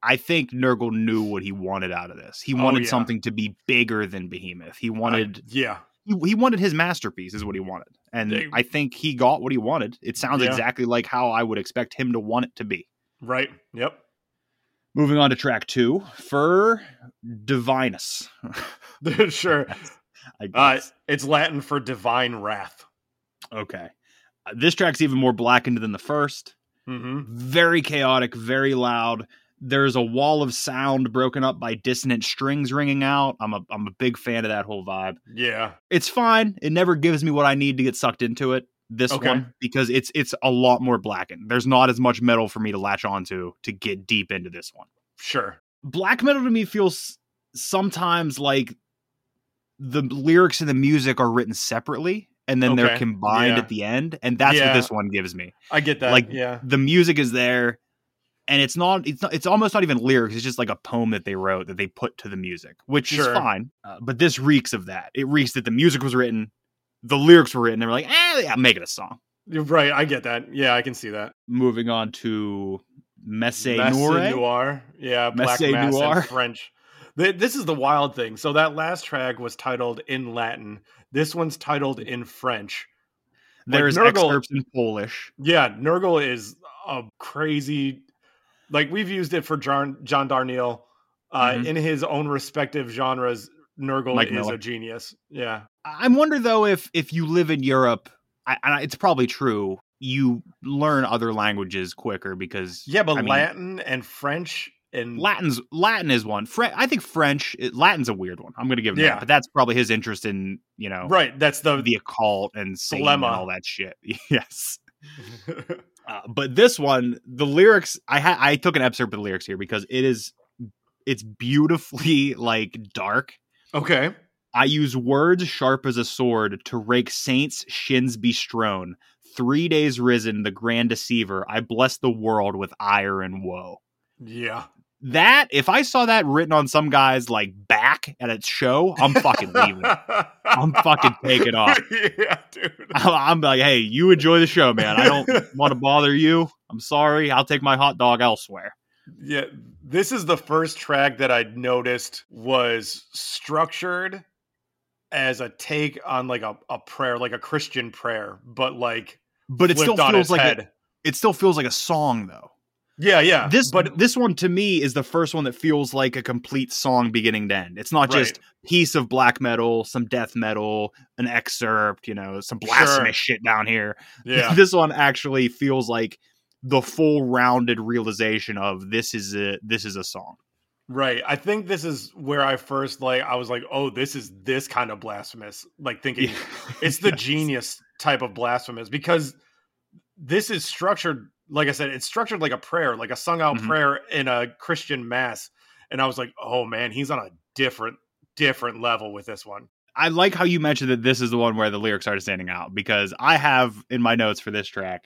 S6: I think Nurgle knew what he wanted out of this. He
S5: Oh,
S6: wanted
S5: yeah.
S6: something to be bigger than Behemoth. He
S5: I-
S6: wanted
S5: yeah.
S6: he, he wanted his masterpiece is what he wanted. And
S5: They-
S6: I think he got what he wanted. It sounds
S5: Yeah.
S6: exactly like how I would expect him to want it to be.
S5: Right. Yep.
S6: Moving on to track two, Fur Divinus.
S5: sure.
S6: I
S5: Uh,
S6: guess.
S5: it's Latin for divine wrath.
S6: okay. Uh, This track's even more blackened than the first.
S5: Mm-hmm.
S6: Very chaotic, very loud. There's a wall of sound broken up by dissonant strings ringing out. I'm a I'm a big fan of that whole vibe.
S5: Yeah.
S6: It's fine. It never gives me what I need to get sucked into it. This
S5: Okay.
S6: one because it's it's a lot more blackened. There's not as much metal for me to latch onto to get deep into this one.
S5: Sure.
S6: black metal to me feels sometimes like the lyrics and the music are written separately and then they're
S5: Okay,
S6: combined
S5: yeah.
S6: at the end and that's
S5: Yeah.
S6: what this one gives me
S5: I get that.
S6: Like,
S5: yeah.
S6: the music is there and it's not it's not, it's almost not even lyrics it's just like a poem that they wrote that they put to the music which is
S5: Sure.
S6: fine uh, but this reeks of that it reeks that the music was written the lyrics were written and we're like eh, yeah make it a song
S5: You're right. I get that. Yeah, I can see that.
S6: moving on to messe
S5: Messe
S6: noire
S5: Noire. Yeah, Black
S6: Messe
S5: Mass
S6: Noire.
S5: in French. Th- This is the wild thing. So that last track was titled in Latin. This one's titled in French. Like,
S6: there's
S5: Nurgle-
S6: excerpts in polish
S5: Yeah, Nurgle is a crazy. Like we've used it for John John Darnielle uh,
S6: Mhm.
S5: in his own respective genres. Nurgle
S6: Mike
S5: is
S6: Miller.
S5: a genius. Yeah,
S6: I wonder though if if you live in Europe, I, and I- it's probably true. You learn other languages quicker because
S5: yeah, but
S6: I mean,
S5: Latin and French and
S6: Latin's Latin is one. Fre- I think French it- Latin's a weird one. I'm going to give him
S5: Yeah.
S6: that, but that's probably his interest in you know
S5: right. That's the,
S6: the occult and Satan and
S5: Dilemma.
S6: all that shit. yes. Uh, but this one, the lyrics, I ha- I took an excerpt of the lyrics here because it is it's beautifully like dark
S5: okay.
S6: I use words sharp as a sword to rake saints' shins be strown. Three days risen, the grand deceiver. I bless the world with ire and woe.
S5: Yeah,
S6: That, if I saw that written on some guy's like back at a show, I'm fucking leaving. I'm fucking taking off.
S5: yeah, dude.
S6: I'm like, hey, you enjoy the show, man. I don't want to bother you. I'm sorry. I'll take my hot dog elsewhere.
S5: Yeah, this is the first track that I noticed was structured as a take on like a, a prayer, like a Christian prayer, but like
S6: But it still
S5: flipped on
S6: feels
S5: its
S6: like
S5: head.
S6: a, it still feels like a song though.
S5: yeah, yeah.
S6: this
S5: but
S6: but this one to me is the first one that feels like a complete song beginning to end it's not
S5: Right.
S6: just piece of black metal some death metal an excerpt you know some blasphemous
S5: Sure.
S6: shit down here
S5: yeah,
S6: this one actually feels like the full rounded realization of this is a this is a song
S5: right. I think this is where I first like I was like, oh, this is this kind of blasphemous. Like thinking it's the
S6: Yes.
S5: genius type of blasphemous because this is structured like i said it's structured like a prayer like a sung out
S6: Mhm.
S5: prayer in a christian mass and i was like oh man he's on a different different level with this one
S6: I like how you mentioned that this is the one where the lyrics are standing out because I have in my notes for this track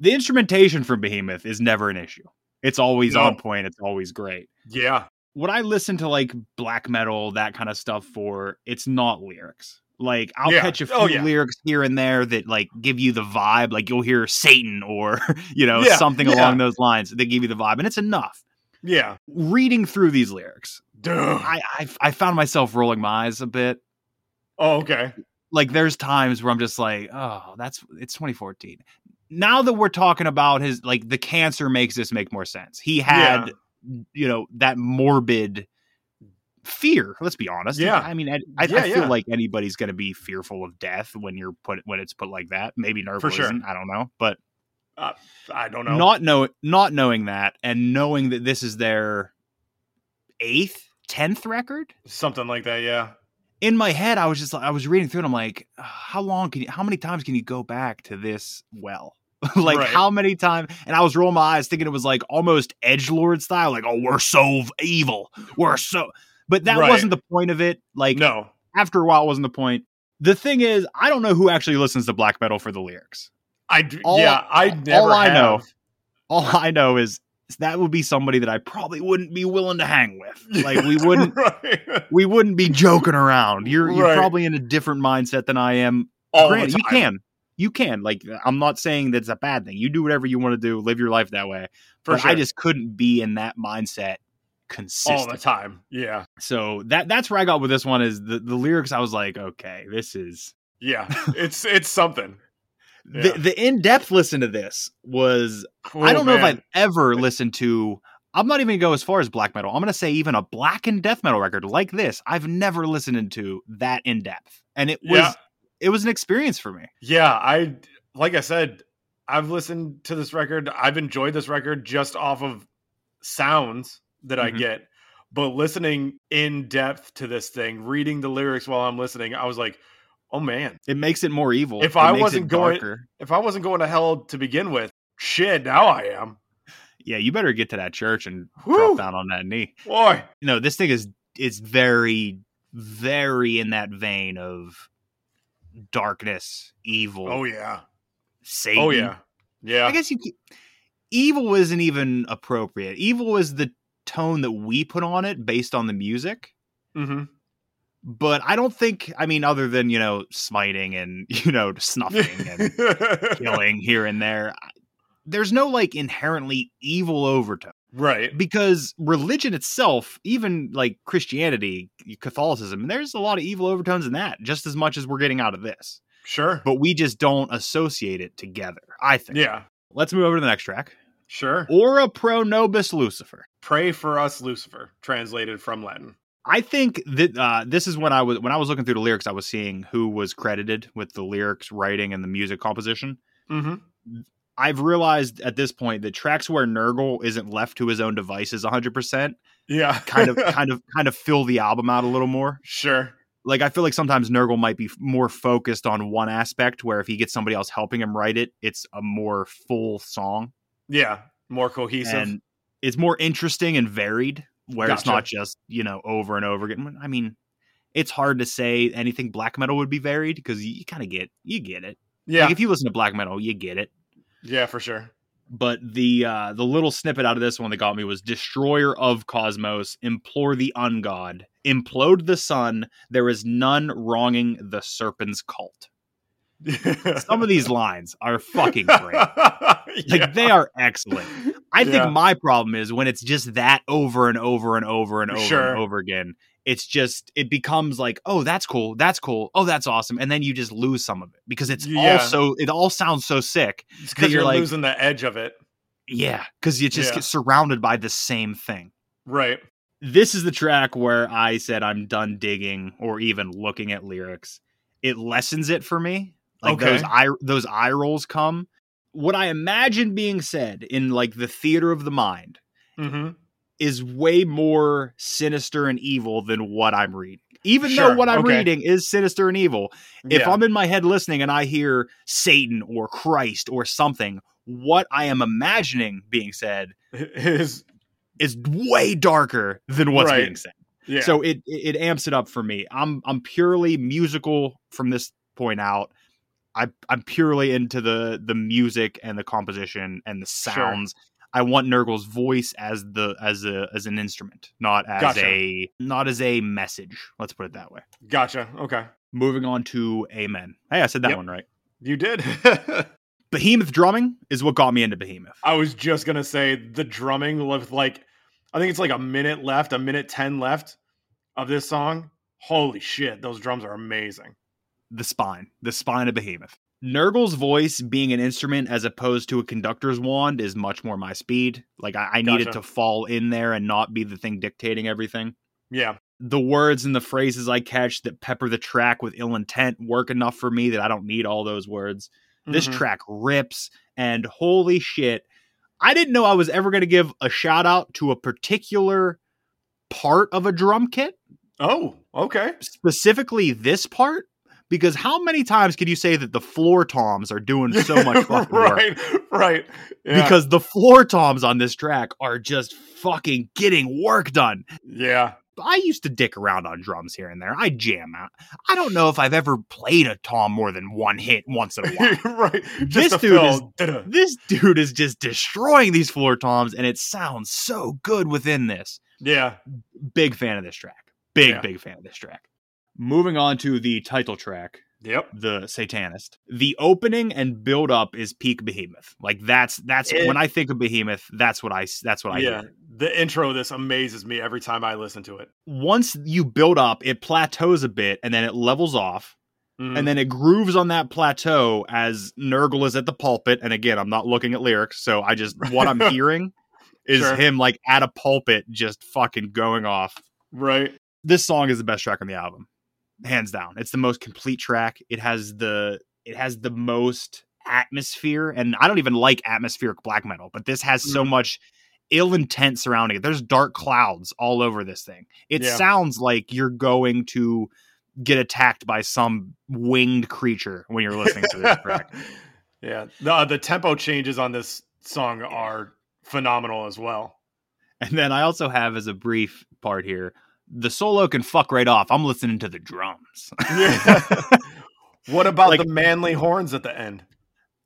S6: the instrumentation from Behemoth is never an issue. It's always
S5: No.
S6: on point. It's always great.
S5: yeah
S6: what I listen to like black metal, that kind of stuff for, it's not lyrics. Like I'll
S5: Yeah.
S6: catch a few
S5: Oh, yeah.
S6: lyrics here and there that like give you the vibe. Like you'll hear Satan or you know
S5: Yeah,
S6: something
S5: yeah.
S6: along those lines. They give you the vibe, and it's enough.
S5: yeah
S6: Reading through these lyrics,
S5: Duh.
S6: I I, I found myself rolling my eyes a bit.
S5: oh okay
S6: Like there's times where I'm just like, oh, that's it's 2014. Now that we're talking about his like the cancer makes this make more sense. He had
S5: Yeah.
S6: you know that morbid fear let's be honest
S5: Yeah.
S6: i mean i, I,
S5: Yeah,
S6: I feel
S5: yeah.
S6: like anybody's going to be fearful of death when you're put when it's put like that maybe nervous
S5: sure.
S6: i don't know but
S5: i don't know
S6: not know not knowing that and knowing that this is their eighth tenth record.
S5: something like that. Yeah,
S6: in my head, I was just like, I was reading through it. I'm like, how long can you, how many times can you go back to this well? like
S5: Right.
S6: how many times? And I was rolling my eyes thinking it was like almost edge lord style, like, oh, we're so v- evil. We're so, but that
S5: Right.
S6: wasn't the point of it. Like
S5: no,
S6: after a while, it wasn't the point. The thing is, I don't know who actually listens to black metal for the lyrics.
S5: I d-
S6: All-
S5: yeah, I never.
S6: all I know-
S5: have.
S6: All I know is, is that would be somebody that I probably wouldn't be willing to hang with. Like we wouldn't
S5: Right.
S6: we wouldn't be joking around. You're you're
S5: Right.
S6: probably in a different mindset than I am.
S5: All the
S6: Granted, you
S5: time.
S6: can. You can. Like I'm not saying that's a bad thing. You do whatever you want to do, live your life that way.
S5: for
S6: but
S5: sure.
S6: I just couldn't be in that mindset
S5: all
S6: consistent.
S5: the time. Yeah,
S6: so that that's where I got with this one is the, the lyrics I was like, okay, this is
S5: yeah, it's it's something.
S6: the,
S5: Yeah.
S6: the in-depth listen to this was I
S5: Oh,
S6: don't know if
S5: man.
S6: I've ever listened to I'm not even gonna go as far as black metal. I'm gonna say even a black and death metal record like this, I've never listened to that in depth. And it was
S5: Yeah.
S6: it was an experience for me.
S5: Yeah, I like I said, I've listened to this record. I've enjoyed this record just off of sounds that I
S6: Mhm.
S5: get, but listening in depth to this thing, reading the lyrics while I'm listening, I was like, "Oh man,
S6: It makes it more evil.
S5: If
S6: It
S5: I
S6: makes it
S5: wasn't going-
S6: darker.
S5: if I wasn't going to hell to begin with, shit, now I am."
S6: Yeah, you better get to that church and
S5: Whew.
S6: drop down on that knee.
S5: Boy,
S6: No, this thing is it's very, very in that vein of darkness, evil,
S5: oh yeah,
S6: Satan.
S5: oh yeah, yeah.
S6: I guess you. c- Evil isn't even appropriate. Evil was the tone that we put on it based on the music.
S5: hmm
S6: But I don't think. I mean, other than you know, smiting and you know, snuffing and killing here and there. I- There's no like inherently evil overtone
S5: right,
S6: because religion itself, even like Christianity, Catholicism, there's a lot of evil overtones in that just as much as we're getting out of this.
S5: sure,
S6: But we just don't associate it together, I think.
S5: yeah,
S6: Let's move over to the next track.
S5: sure.
S6: Ora pro nobis Lucifer.
S5: Pray for us, Lucifer, translated from Latin.
S6: I think that uh, this is when I was when I was looking through the lyrics, I was seeing who was credited with the lyrics writing and the music composition.
S5: hmm
S6: I've realized at this point that tracks where Nurgle isn't left to his own devices 100%
S5: Yeah,
S6: kind of kind of kind of fill the album out a little more.
S5: sure.
S6: Like I feel like sometimes Nurgle might be f- more focused on one aspect where if he gets somebody else helping him write it, it's a more full song.
S5: Yeah, more cohesive.
S6: and it's more interesting and varied where it's
S5: Gotcha.
S6: not just you know over and over again i mean it's hard to say anything black metal would be varied because you, kind of get you get it
S5: yeah,
S6: like if you listen to black metal you get it
S5: yeah, for sure.
S6: but the uh the little snippet out of this one that got me was destroyer of cosmos implore the ungod implode the sun there is none wronging the serpent's cult some of these lines are fucking great like they are excellent I
S5: Yeah.
S6: think my problem is when it's just that over and over and over and over
S5: Sure.
S6: and over again. It's just it becomes like, oh, that's cool, that's cool, oh, that's awesome, and then you just lose some of it because it's
S5: Yeah.
S6: all so it all sounds so sick.
S5: because
S6: you're
S5: you're
S6: like-
S5: losing the edge of it,
S6: Yeah, because you just
S5: Yeah.
S6: get surrounded by the same thing.
S5: right?
S6: This is the track where I said I'm done digging or even looking at lyrics. It lessens it for me. Like
S5: Okay.
S6: those eye those eye rolls come. What I imagine being said in like the theater of the mind
S5: hmm
S6: is way more sinister and evil than what I'm reading. Even
S5: Sure,
S6: though what I'm
S5: okay.
S6: reading is sinister and evil, if I'm in my head listening and I hear Satan or Christ or something, what I am imagining being said
S5: is
S6: is way darker than what's
S5: Right.
S6: being said.
S5: yeah,
S6: So it it it amps it up for me. I'm I'm purely musical from this point out. I I'm purely into the the music and the composition and the
S5: Sure.
S6: sounds. I want Nurgle's voice as the as a as an instrument, not as
S5: Gotcha.
S6: a not as a message. Let's put it that way.
S5: gotcha. Okay,
S6: Moving on to Amen. Hey, I said that
S5: Yep.
S6: one right.
S5: you did.
S6: Behemoth drumming is what got me into Behemoth.
S5: I was just gonna say the drumming with like, I think it's like a minute left, a minute ten left of this song. Holy shit, those drums are amazing.
S6: the spine, the spine of Behemoth. Nurgle's voice being an instrument as opposed to a conductor's wand is much more my speed. Like I, I need it
S5: Gotcha.
S6: to fall in there and not be the thing dictating everything.
S5: Yeah,
S6: The words and the phrases I catch that pepper the track with ill intent work enough for me that I don't need all those words. This
S5: Mhm.
S6: track rips, and holy shit, I didn't know I was ever going to give a shout out to a particular part of a drum kit,
S5: Oh, okay.
S6: specifically this part, because how many times can you say that the floor toms are doing so much fucking work?
S5: right, right. Yeah.
S6: Because the floor toms on this track are just fucking getting work done.
S5: yeah,
S6: I used to dick around on drums here and there. I jam out. I don't know if I've ever played a tom more than one hit once in a while.
S5: right.
S6: This
S5: Just a
S6: dude
S5: fill. Da-da.
S6: this dude is just destroying these floor toms, and it sounds so good within this.
S5: Yeah.
S6: Big fan of this track. Big,
S5: Yeah.
S6: big fan of this track. Moving on to the title track,
S5: Yep.
S6: The Satanist. The opening and build up is peak Behemoth. Like that's that's
S5: It-
S6: when I think of Behemoth, that's what I s- that's what I
S5: yeah.
S6: hear.
S5: The intro of this amazes me every time I listen to it.
S6: Once you build up, it plateaus a bit and then it levels off.
S5: Mhm.
S6: and then it grooves on that plateau as Nurgle is at the pulpit. And again, I'm not looking at lyrics, so I just what I'm hearing is
S5: Sure.
S6: him like at a pulpit, just fucking going off.
S5: right.
S6: This song is the best track on the album, hands down. It's the most complete track. It has the it has the most atmosphere, and I don't even like atmospheric black metal, but this has so much ill intent surrounding it. There's dark clouds all over this thing. It
S5: Yeah.
S6: sounds like you're going to get attacked by some winged creature when you're listening to this track.
S5: yeah. The, the tempo changes on this song are phenomenal as well.
S6: And then I also have as a brief part here, the solo can fuck right off. I'm listening to the drums.
S5: what about
S6: Like-
S5: the manly horns at the end?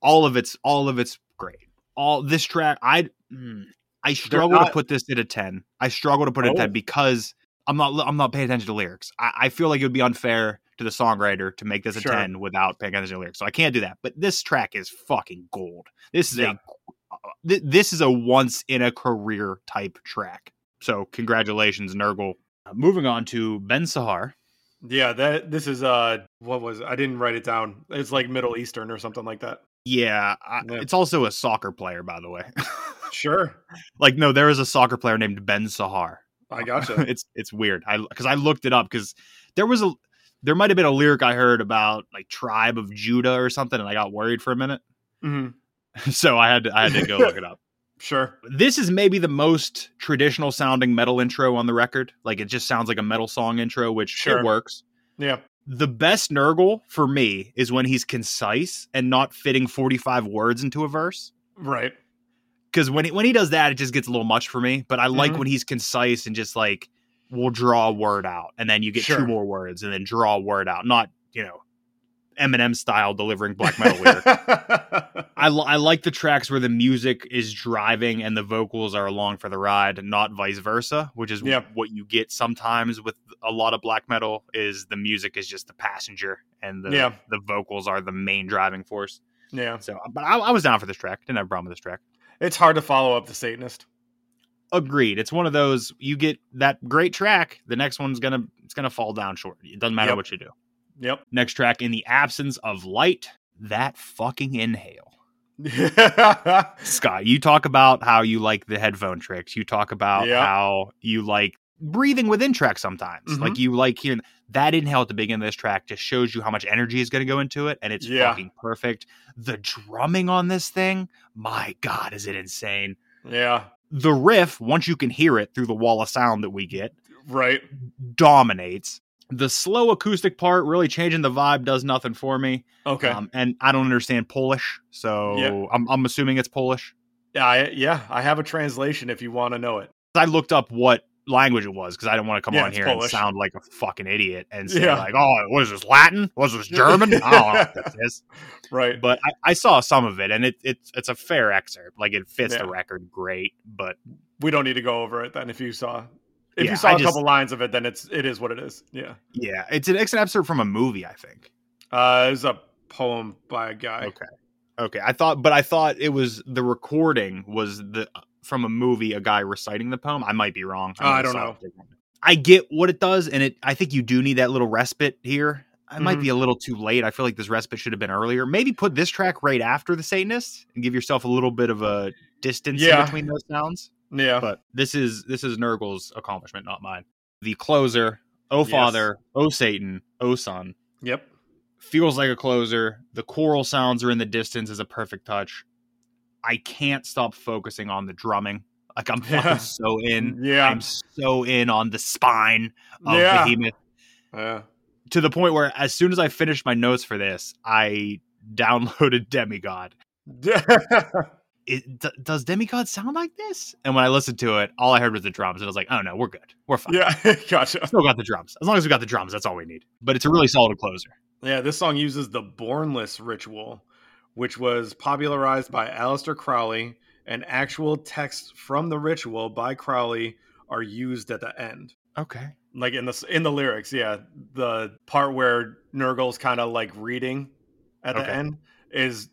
S6: all of it's all of it's great. All this track, I mm, I struggle
S5: not-
S6: to put this at a ten. I struggle to put it at
S5: Oh.
S6: ten because I'm not I'm not paying attention to lyrics. I, I feel like it would be unfair to the songwriter to make this a
S5: Sure.
S6: ten without paying attention to lyrics. So I can't do that. But this track is fucking gold. This is
S5: Yeah.
S6: a th- this is a once in a career type track. So congratulations, Nurgle. Uh, moving on to Ben Sahar.
S5: Yeah, that this is uh what was I didn't write it down. It's like Middle Eastern or something like that.
S6: Yeah, I,
S5: Yeah.
S6: it's also a soccer player, by the way.
S5: Sure.
S6: like, no, there is a soccer player named Ben Sahar.
S5: I gotcha.
S6: it's it's weird. I because I looked it up because there was a there might have been a lyric I heard about like tribe of Judah or something, and I got worried for a minute,
S5: Mhm.
S6: so I had to, I had to go look it up.
S5: Sure.
S6: This is maybe the most traditional sounding metal intro on the record. Like it just sounds like a metal song intro, which
S5: Sure.
S6: it works.
S5: Yeah.
S6: The best Nurgle for me is when he's concise and not fitting forty five words into a verse.
S5: Right.
S6: because when he, when he does that, it just gets a little much for me. But I like
S5: Mhm.
S6: when he's concise and just like will draw a word out, and then you get
S5: Sure.
S6: two more words, and then draw a word out. Not you know Eminem style delivering black metal lyric. I, li- I like the tracks where the music is driving and the vocals are along for the ride, not vice versa, which is
S5: Yeah.
S6: what you get sometimes with a lot of black metal. Is the music is just the passenger and the
S5: Yeah.
S6: the vocals are the main driving force.
S5: yeah.
S6: So, but I, I was down for this track. Didn't have a problem with this track.
S5: It's hard to follow up the Satanist.
S6: agreed it's one of those you get that great track the next one's gonna it's gonna fall down short it doesn't matter
S5: Yep.
S6: what you do
S5: Yep.
S6: next track in the absence of light that fucking inhale
S5: yeah.
S6: scott you talk about how you like the headphone tricks you talk about
S5: Yeah.
S6: how you like breathing within tracks sometimes
S5: Mhm.
S6: like you like hearing that inhale at the beginning of this track just shows you how much energy is going to go into it and it's
S5: Yeah.
S6: fucking perfect the drumming on this thing my god is it insane the riff once you can hear it through the wall of sound that we get
S5: Right.
S6: dominates. The slow acoustic part really changing the vibe does nothing for me.
S5: Okay.
S6: Um, and I don't understand Polish, so
S5: Yeah.
S6: I'm, I'm assuming it's Polish.
S5: yeah, I, yeah. I have a translation if you want to know it.
S6: I looked up what language it was because I didn't want to come
S5: Yeah,
S6: on
S5: it's
S6: here and
S5: Polish.
S6: sound like a fucking idiot and say
S5: Yeah.
S6: like, "Oh, what is this Latin? What is this German? Oh, I don't know what this is."
S5: Right.
S6: But I, I saw some of it, and it, it's it's a fair excerpt. Like it fits the
S5: Yeah.
S6: record great, but
S5: we don't need to go over it then. If you saw, if
S6: Yeah,
S5: you saw
S6: I
S5: a
S6: just-
S5: couple lines of it, then it's it is what it is. Yeah.
S6: yeah, it's an, it's an excerpt from a movie, I think.
S5: Uh, it was a poem by a guy.
S6: Okay. Okay, I thought, but I thought it was the recording was the uh, from a movie, a guy reciting the poem. I might be wrong.
S5: Uh, I
S6: might have
S5: don't
S6: saw
S5: know.
S6: it different. I get what it does, and it. I think you do need that little respite here. I might
S5: Mhm.
S6: be a little too late. I feel like this respite should have been earlier. Maybe put this track right after the Satanist and give yourself a little bit of a distance
S5: Yeah.
S6: in between those sounds.
S5: Yeah.
S6: But this is this is Nurgle's accomplishment, not mine. The closer, oh
S5: Yes.
S6: father, oh Satan, oh son
S5: yep.
S6: feels like a closer. The choral sounds are in the distance is a perfect touch. I can't stop focusing on the drumming. Like I'm
S5: Yeah. Mm,
S6: fucking so in.
S5: Yeah.
S6: I'm so in on the spine of
S5: Yeah.
S6: Behemoth
S5: Yeah.
S6: to the point where as soon as I finished my notes for this, I downloaded Demigod. It, d- does Demigod sound like this? And when I listened to it, all I heard was the drums, and I was like, "Oh no, we're good. We're fine.
S5: yeah. Gotcha.
S6: Still got the drums. As long as we got the drums, that's all we need." But it's a really solid closer.
S5: Yeah, this song uses the bornless ritual, which was popularized by Aleister Crowley, and actual texts from the ritual by Crowley are used at the end.
S6: Okay.
S5: Like in the in the lyrics, yeah, the part where Nurgle's kind of like reading at the
S6: Okay.
S5: end is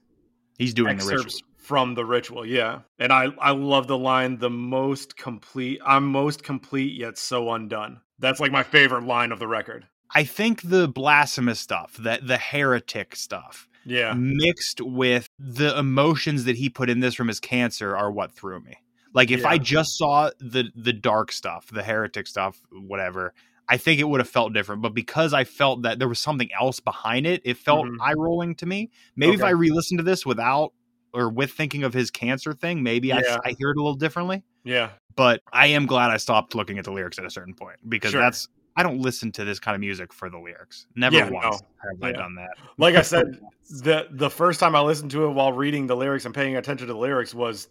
S6: He's doing the ritual.
S5: excerpts from the ritual. Yeah, and I I love the line the most complete. I'm most complete yet so undone. That's like my favorite line of the record.
S6: I think the blasphemous stuff, that the heretic stuff,
S5: Yeah,
S6: mixed with the emotions that he put in this from his cancer are what threw me. Like if I
S5: Yeah.
S6: just saw the the dark stuff, the heretic stuff, whatever, I think it would have felt different. But because I felt that there was something else behind it, it felt
S5: Mhm.
S6: eye rolling to me. Maybe if
S5: Okay.
S6: I re-listened to this without or with thinking of his cancer thing, maybe
S5: Yeah.
S6: I, I hear it a little differently
S5: yeah,
S6: but I am glad I stopped looking at the lyrics at a certain point because
S5: Sure.
S6: that's I don't listen to this kind of music for the lyrics. Never
S5: Yeah,
S6: once
S5: no.
S6: have I
S5: Yeah.
S6: done that.
S5: like I said, the the first time I listened to it while reading the lyrics and paying attention to the lyrics was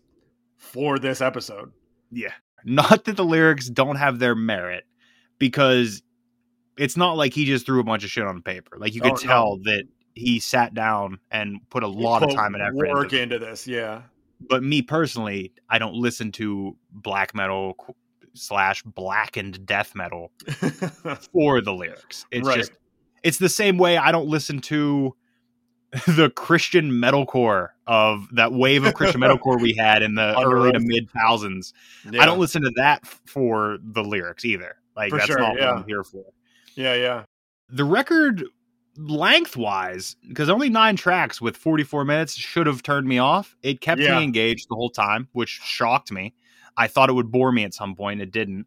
S5: for this episode.
S6: Yeah. Not that the lyrics don't have their merit because it's not like he just threw a bunch of shit on paper. Like you could
S5: Oh, no.
S6: tell that he sat down and put a lot of
S5: Put
S6: time and effort.
S5: work
S6: Into it.
S5: into this. Yeah,
S6: But me personally, I don't listen to black metal qu- slash blackened death metal for the lyrics. It's
S5: Right.
S6: just it's the same way I don't listen to the Christian metalcore of that wave of Christian metalcore we had in the
S5: On the
S6: early to
S5: road.
S6: mid thousands. I
S5: Yeah.
S6: don't listen to that f- for the lyrics either. Like
S5: For
S6: that's
S5: sure,
S6: not
S5: yeah.
S6: what I'm here for.
S5: Yeah, yeah,
S6: The record lengthwise, because only nine tracks with 44 minutes should have turned me off. It kept
S5: Yeah.
S6: me engaged the whole time, which shocked me. I thought it would bore me at some point. It didn't.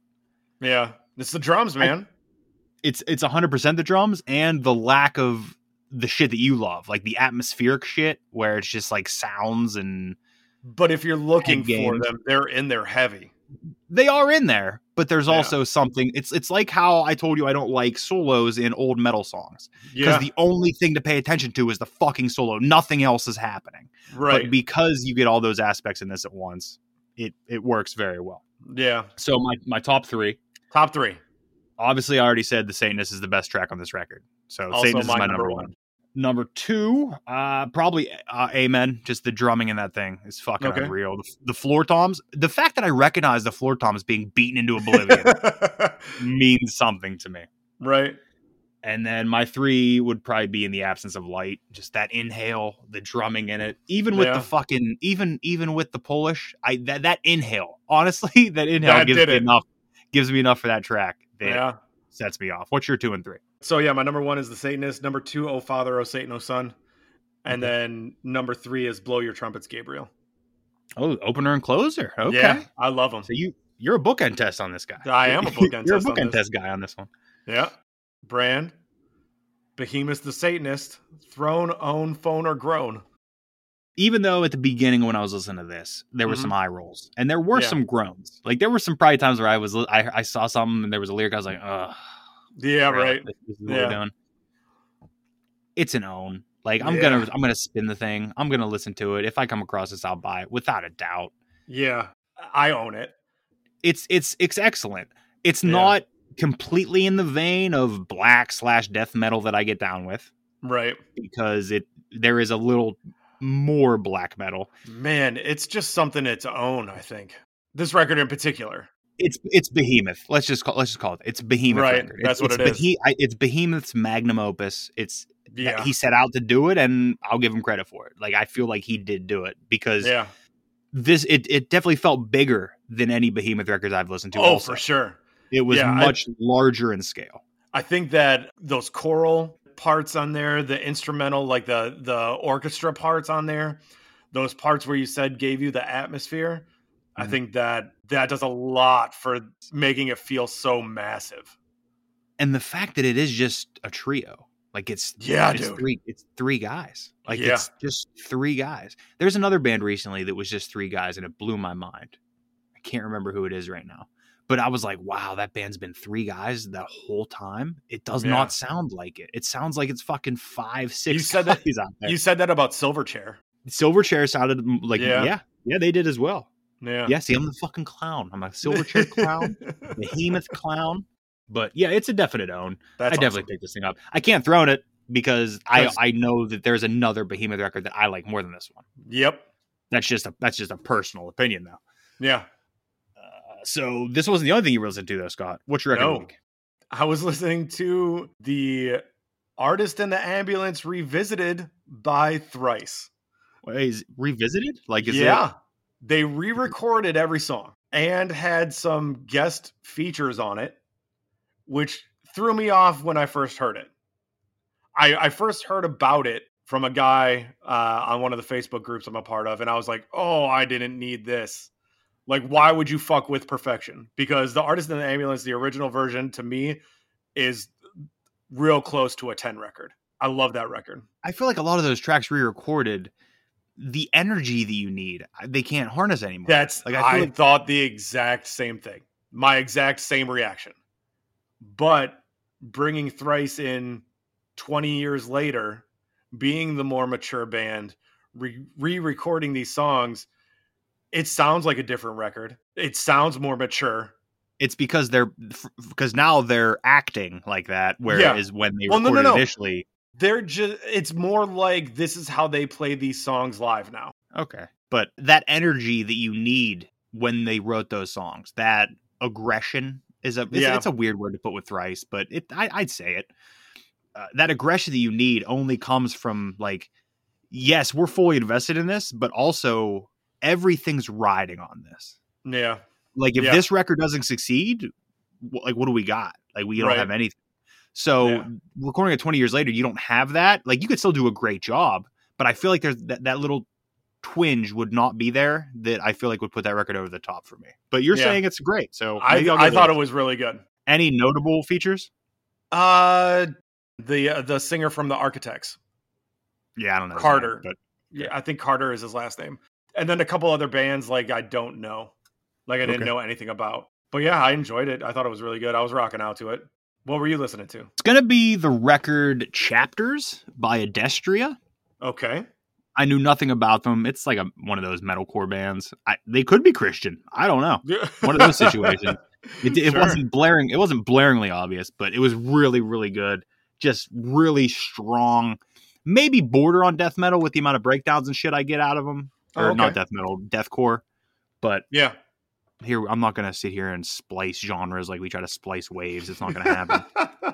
S5: yeah. It's the drums, man.
S6: it's it's 100% the drums and the lack of the shit that you love like the atmospheric shit where it's just like sounds and
S5: but if you're looking
S6: Head
S5: for
S6: games.
S5: them, they're in there heavy.
S6: they are in there but there's
S5: Yeah.
S6: also something it's it's like how I told you I don't like solos in old metal songs cuz
S5: Yeah,
S6: the only thing to pay attention to is the fucking solo nothing else is happening
S5: right.
S6: but because you get all those aspects in this at once it it works very well
S5: yeah,
S6: so my my top 3
S5: top three.
S6: obviously I already said the Satanist is the best track on this record so
S5: Also
S6: Satanist is
S5: my
S6: my
S5: number
S6: number
S5: one.
S6: one Number two, uh, probably uh, Amen. Just the drumming in that thing is fucking
S5: Okay.
S6: unreal. The, the floor toms, the fact that I recognize the floor toms being beaten into oblivion means something to me.
S5: right.
S6: And then my three would probably be in the absence of light. Just that inhale, the drumming in it, even with
S5: Yeah.
S6: the fucking, even even with the Polish, I that that inhale. Honestly, that inhale
S5: That
S6: gives
S5: did
S6: me
S5: it.
S6: enough, gives me enough for that track that
S5: Yeah.
S6: sets me off. What's your two and three?
S5: So yeah, my number one is the Satanist. Number two, Oh Father, Oh Satan, Oh Son,
S6: Mm-hmm.
S5: and then number three is Blow Your Trumpets, Gabriel.
S6: Oh, opener and closer. Okay,
S5: Yeah, I love them.
S6: so you you're a bookend test on this guy.
S5: I am a bookend
S6: You're
S5: test
S6: a
S5: on
S6: bookend
S5: this.
S6: test guy on this one.
S5: Yeah. Brand, Behemoth the Satanist, Throne, Own, Phone, or Groan.
S6: Even though at the beginning when I was listening to this, there were
S5: Mhm.
S6: some eye rolls and there were
S5: Yeah.
S6: some groans. Like there were some probably times where I was li- I, I saw something and there was a lyric I was like, "Ugh,
S5: Yeah,
S6: really?
S5: right.
S6: This, this is what we're
S5: Yeah.
S6: doing." It's an own. Like I'm
S5: Yeah.
S6: gonna I'm gonna spin the thing. I'm gonna listen to it. If I come across this, I'll buy it without a doubt.
S5: Yeah. I own it.
S6: It's it's it's excellent. It's
S5: Yeah.
S6: not completely in the vein of black slash death metal that I get down with
S5: Right.
S6: because it there is a little more black metal
S5: Man, it's just something its own, I think. This record in particular.
S6: it's it's behemoth. Let's just call let's just call it. It's behemoth.
S5: Right,
S6: record.
S5: that's what
S6: it's
S5: it is.
S6: Behe- I- it's behemoth's magnum opus. It's
S5: Yeah.
S6: he set out to do it, and I'll give him credit for it. Like I feel like he did do it because
S5: yeah.
S6: this it it definitely felt bigger than any behemoth records I've listened to.
S5: Oh,
S6: also.
S5: for sure.
S6: It was
S5: Yeah, I-
S6: much larger in scale.
S5: I think that those choral parts on there, the instrumental, like the the orchestra parts on there, those parts where you said gave you the atmosphere. I
S6: Mhm.
S5: think that that does a lot for making it feel so massive.
S6: And the fact that it is just a trio, like it's
S5: Yeah,
S6: it's
S5: dude.
S6: three it's three guys. Like
S5: Yeah.
S6: it's just three guys. There's another band recently that was just three guys, and it blew my mind. I can't remember who it is right now. But I was like, wow, that band's been three guys the whole time. It does
S5: Yeah.
S6: not sound like it. It sounds like it's fucking five, six
S5: You said that-
S6: guys out there.
S5: You said that about Silverchair.
S6: Silverchair sounded m- like
S5: Yeah.
S6: yeah. yeah, they did as well.
S5: Yeah.
S6: Yeah, see, I'm the fucking clown. I'm a Silverchair clown, behemoth clown. But yeah, it's a definite own.
S5: That's
S6: I definitely picked this thing up. I can't throne it because I
S5: 'Cause-
S6: I know that there's another behemoth record that I like more than this one.
S5: awesome. Yep.
S6: That's just a that's just a personal opinion though.
S5: Yeah.
S6: Uh, so this wasn't the only thing you were listening to though, Scott. What's your record? of the
S5: No.
S6: week?
S5: I was listening to the Artist in the Ambulance Revisited by Thrice.
S6: Wait, is it revisited? Like is
S5: yeah. They re recorded every song and had some guest features on it, which threw me off when I first heard it. I, I first heard about it from a guy uh, on one of the Facebook groups I'm a part of, and I was like, oh, I didn't need this. Like, why would you fuck with perfection? Because the artist in the ambulance, the original version to me, is real close to a 10 record. I love that record.
S6: it I feel like a lot of those tracks re-recorded, the energy that you need, I- they can't harness anymore.
S5: That's
S6: Like,
S5: like
S6: I
S5: I,
S6: feel like-
S5: thought the exact same thing. My exact same reaction. But bringing Thrice in 20 years later, being the more mature band, re recording these songs, it sounds like a different record. It sounds more mature.
S6: it's because they're because now they're acting like that, whereas when they
S5: Well, no, no,
S6: recorded
S5: no.
S6: initially.
S5: They're just, it's more like this is how they play these songs live now.
S6: Okay, but that energy that you need when they wrote those songs, that aggression is a it's,
S5: Yeah.
S6: it's a weird word to put with thrice, but it I, I'd say it. Uh, that aggression that you need only comes from like, yes, we're fully invested in this, but also everything's riding on this.
S5: Yeah.
S6: Like if
S5: Yeah.
S6: this record doesn't succeed, wh- like what do we got? Like we don't
S5: Right.
S6: have anything. So
S5: Yeah.
S6: recording it 20 years later, you don't have that. Like you could still do a great job, but I feel like there's that, that little twinge would not be there that I feel like would put that record over the top for me. But you're
S5: Yeah.
S6: saying it's great. So
S5: I,
S6: maybe I'll
S5: I
S6: give
S5: thought
S6: a-
S5: it was really good.
S6: any notable features?
S5: Uh, the uh, the singer from the Architects.
S6: Yeah, I don't know. his
S5: Carter.
S6: name,
S5: Yeah, I think Carter is his last name. And then a couple other bands like I don't know. Like I didn't
S6: Okay.
S5: know anything about. But yeah, I enjoyed it. I thought it was really good. I was rocking out to it. What were you listening to?
S6: but it's gonna be the record chapters by Adestria.
S5: Okay.
S6: I knew nothing about them. It's like a one of those metalcore bands. I, they could be Christian. I don't know. One of those situations. It, it
S5: Sure.
S6: wasn't blaring. It wasn't blaringly obvious, but it was really, really good. Just really strong. Maybe border on death metal with the amount of breakdowns and shit I get out of them,
S5: Oh,
S6: or not
S5: okay.
S6: death metal, deathcore. But
S5: Yeah.
S6: here, I'm not gonna sit here and splice genres like we try to splice waves. It's not gonna happen.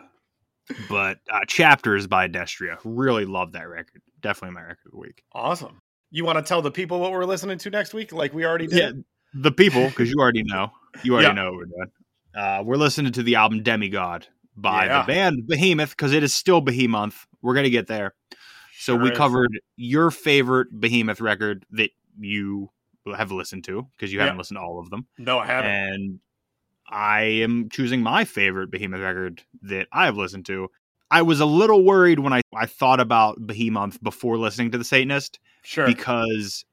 S6: but uh, chapters by Destria. Really love that record. Definitely my record of the week.
S5: awesome. You want to tell the people what we're listening to next week? Like we already
S6: yeah,
S5: did.
S6: the people, because you already know. You already
S5: Yeah.
S6: know what we're doing. Uh, we're listening to the album Demigod by
S5: Yeah.
S6: the band Behemoth, because it is still Behemoth. We're gonna get there. So we
S5: Sure is.
S6: covered your favorite Behemoth record that you have listened to, because you
S5: Yeah.
S6: haven't listened to all of them.
S5: No, I haven't.
S6: And I am choosing my favorite Behemoth record that I have listened to. I was a little worried when I, I thought about Behemoth before listening to The Satanist
S5: sure.
S6: because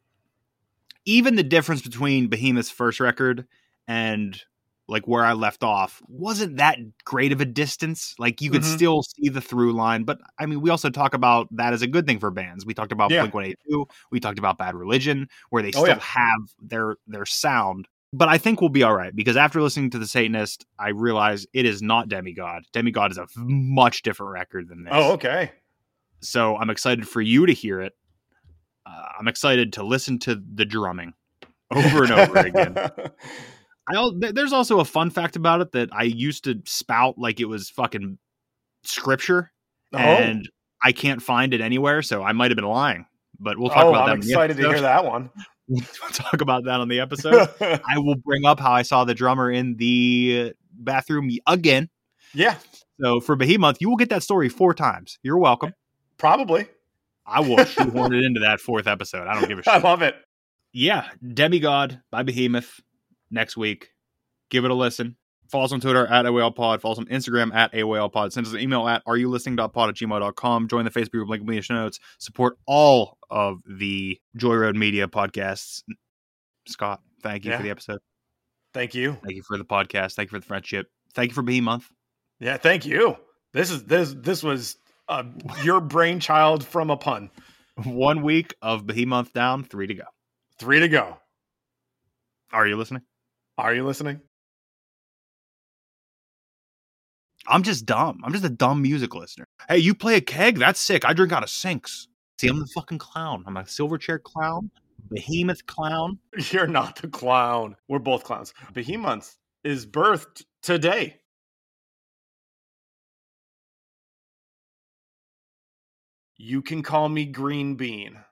S6: even the difference between Behemoth's first record and like where I left off wasn't that great of a distance. Like you could
S5: Mhm.
S6: still see the through line, but I mean, we also talk about that as a good thing for bands. We talked about
S5: Yeah.
S6: Blink One Eight Two. We talked about Bad Religion, where they
S5: Oh,
S6: still
S5: yeah.
S6: have their their sound. But I think we'll be all right because after listening to the Satanist, I realize it is not Demigod. Demigod is a much different record than this
S5: oh, okay.
S6: so I'm excited for you to hear it. Uh, I'm excited to listen to the drumming over and over again. I al- th- there's also a fun fact about it that I used to spout like it was fucking scripture,
S5: oh,
S6: and I can't find it anywhere. So I might have been lying, but we'll talk
S5: oh
S6: about that.
S5: I'm
S6: on the
S5: excited to hear
S6: episode.
S5: that one.
S6: we'll talk about that on the episode. I will bring up how I saw the drummer in the bathroom again.
S5: yeah,
S6: So for Behemoth, you will get that story four times. You're welcome.
S5: probably.
S6: I will shoehorn it into that fourth episode. I don't give a shit.
S5: I love it.
S6: yeah, Demigod by Behemoth next week. Give it a listen. Follow us on Twitter at AOLPod. Follow us on Instagram at AOLPod. Send us an email at areyoulistening.pod at gmail.com. Join the Facebook group, link in the show notes. Support all of the Joy Road Media podcasts. Scott, thank you
S5: Yeah.
S6: for the episode.
S5: Thank you.
S6: Thank you for the podcast. Thank you for the friendship. Thank you for being month.
S5: Yeah, thank you. This is this this was uh, your brainchild from a pun.
S6: One week of Behemoth down, three to go.
S5: Three to go.
S6: Are you listening?
S5: Are you listening?
S6: I'm just dumb. I'm just a dumb music listener. Hey, you play a keg? That's sick. I drink out of sinks. See, I'm the fucking clown. I'm a silverchair clown, behemoth clown.
S5: You're not the clown. We're both clowns. Behemoth is birthed today. You can call me Green Bean.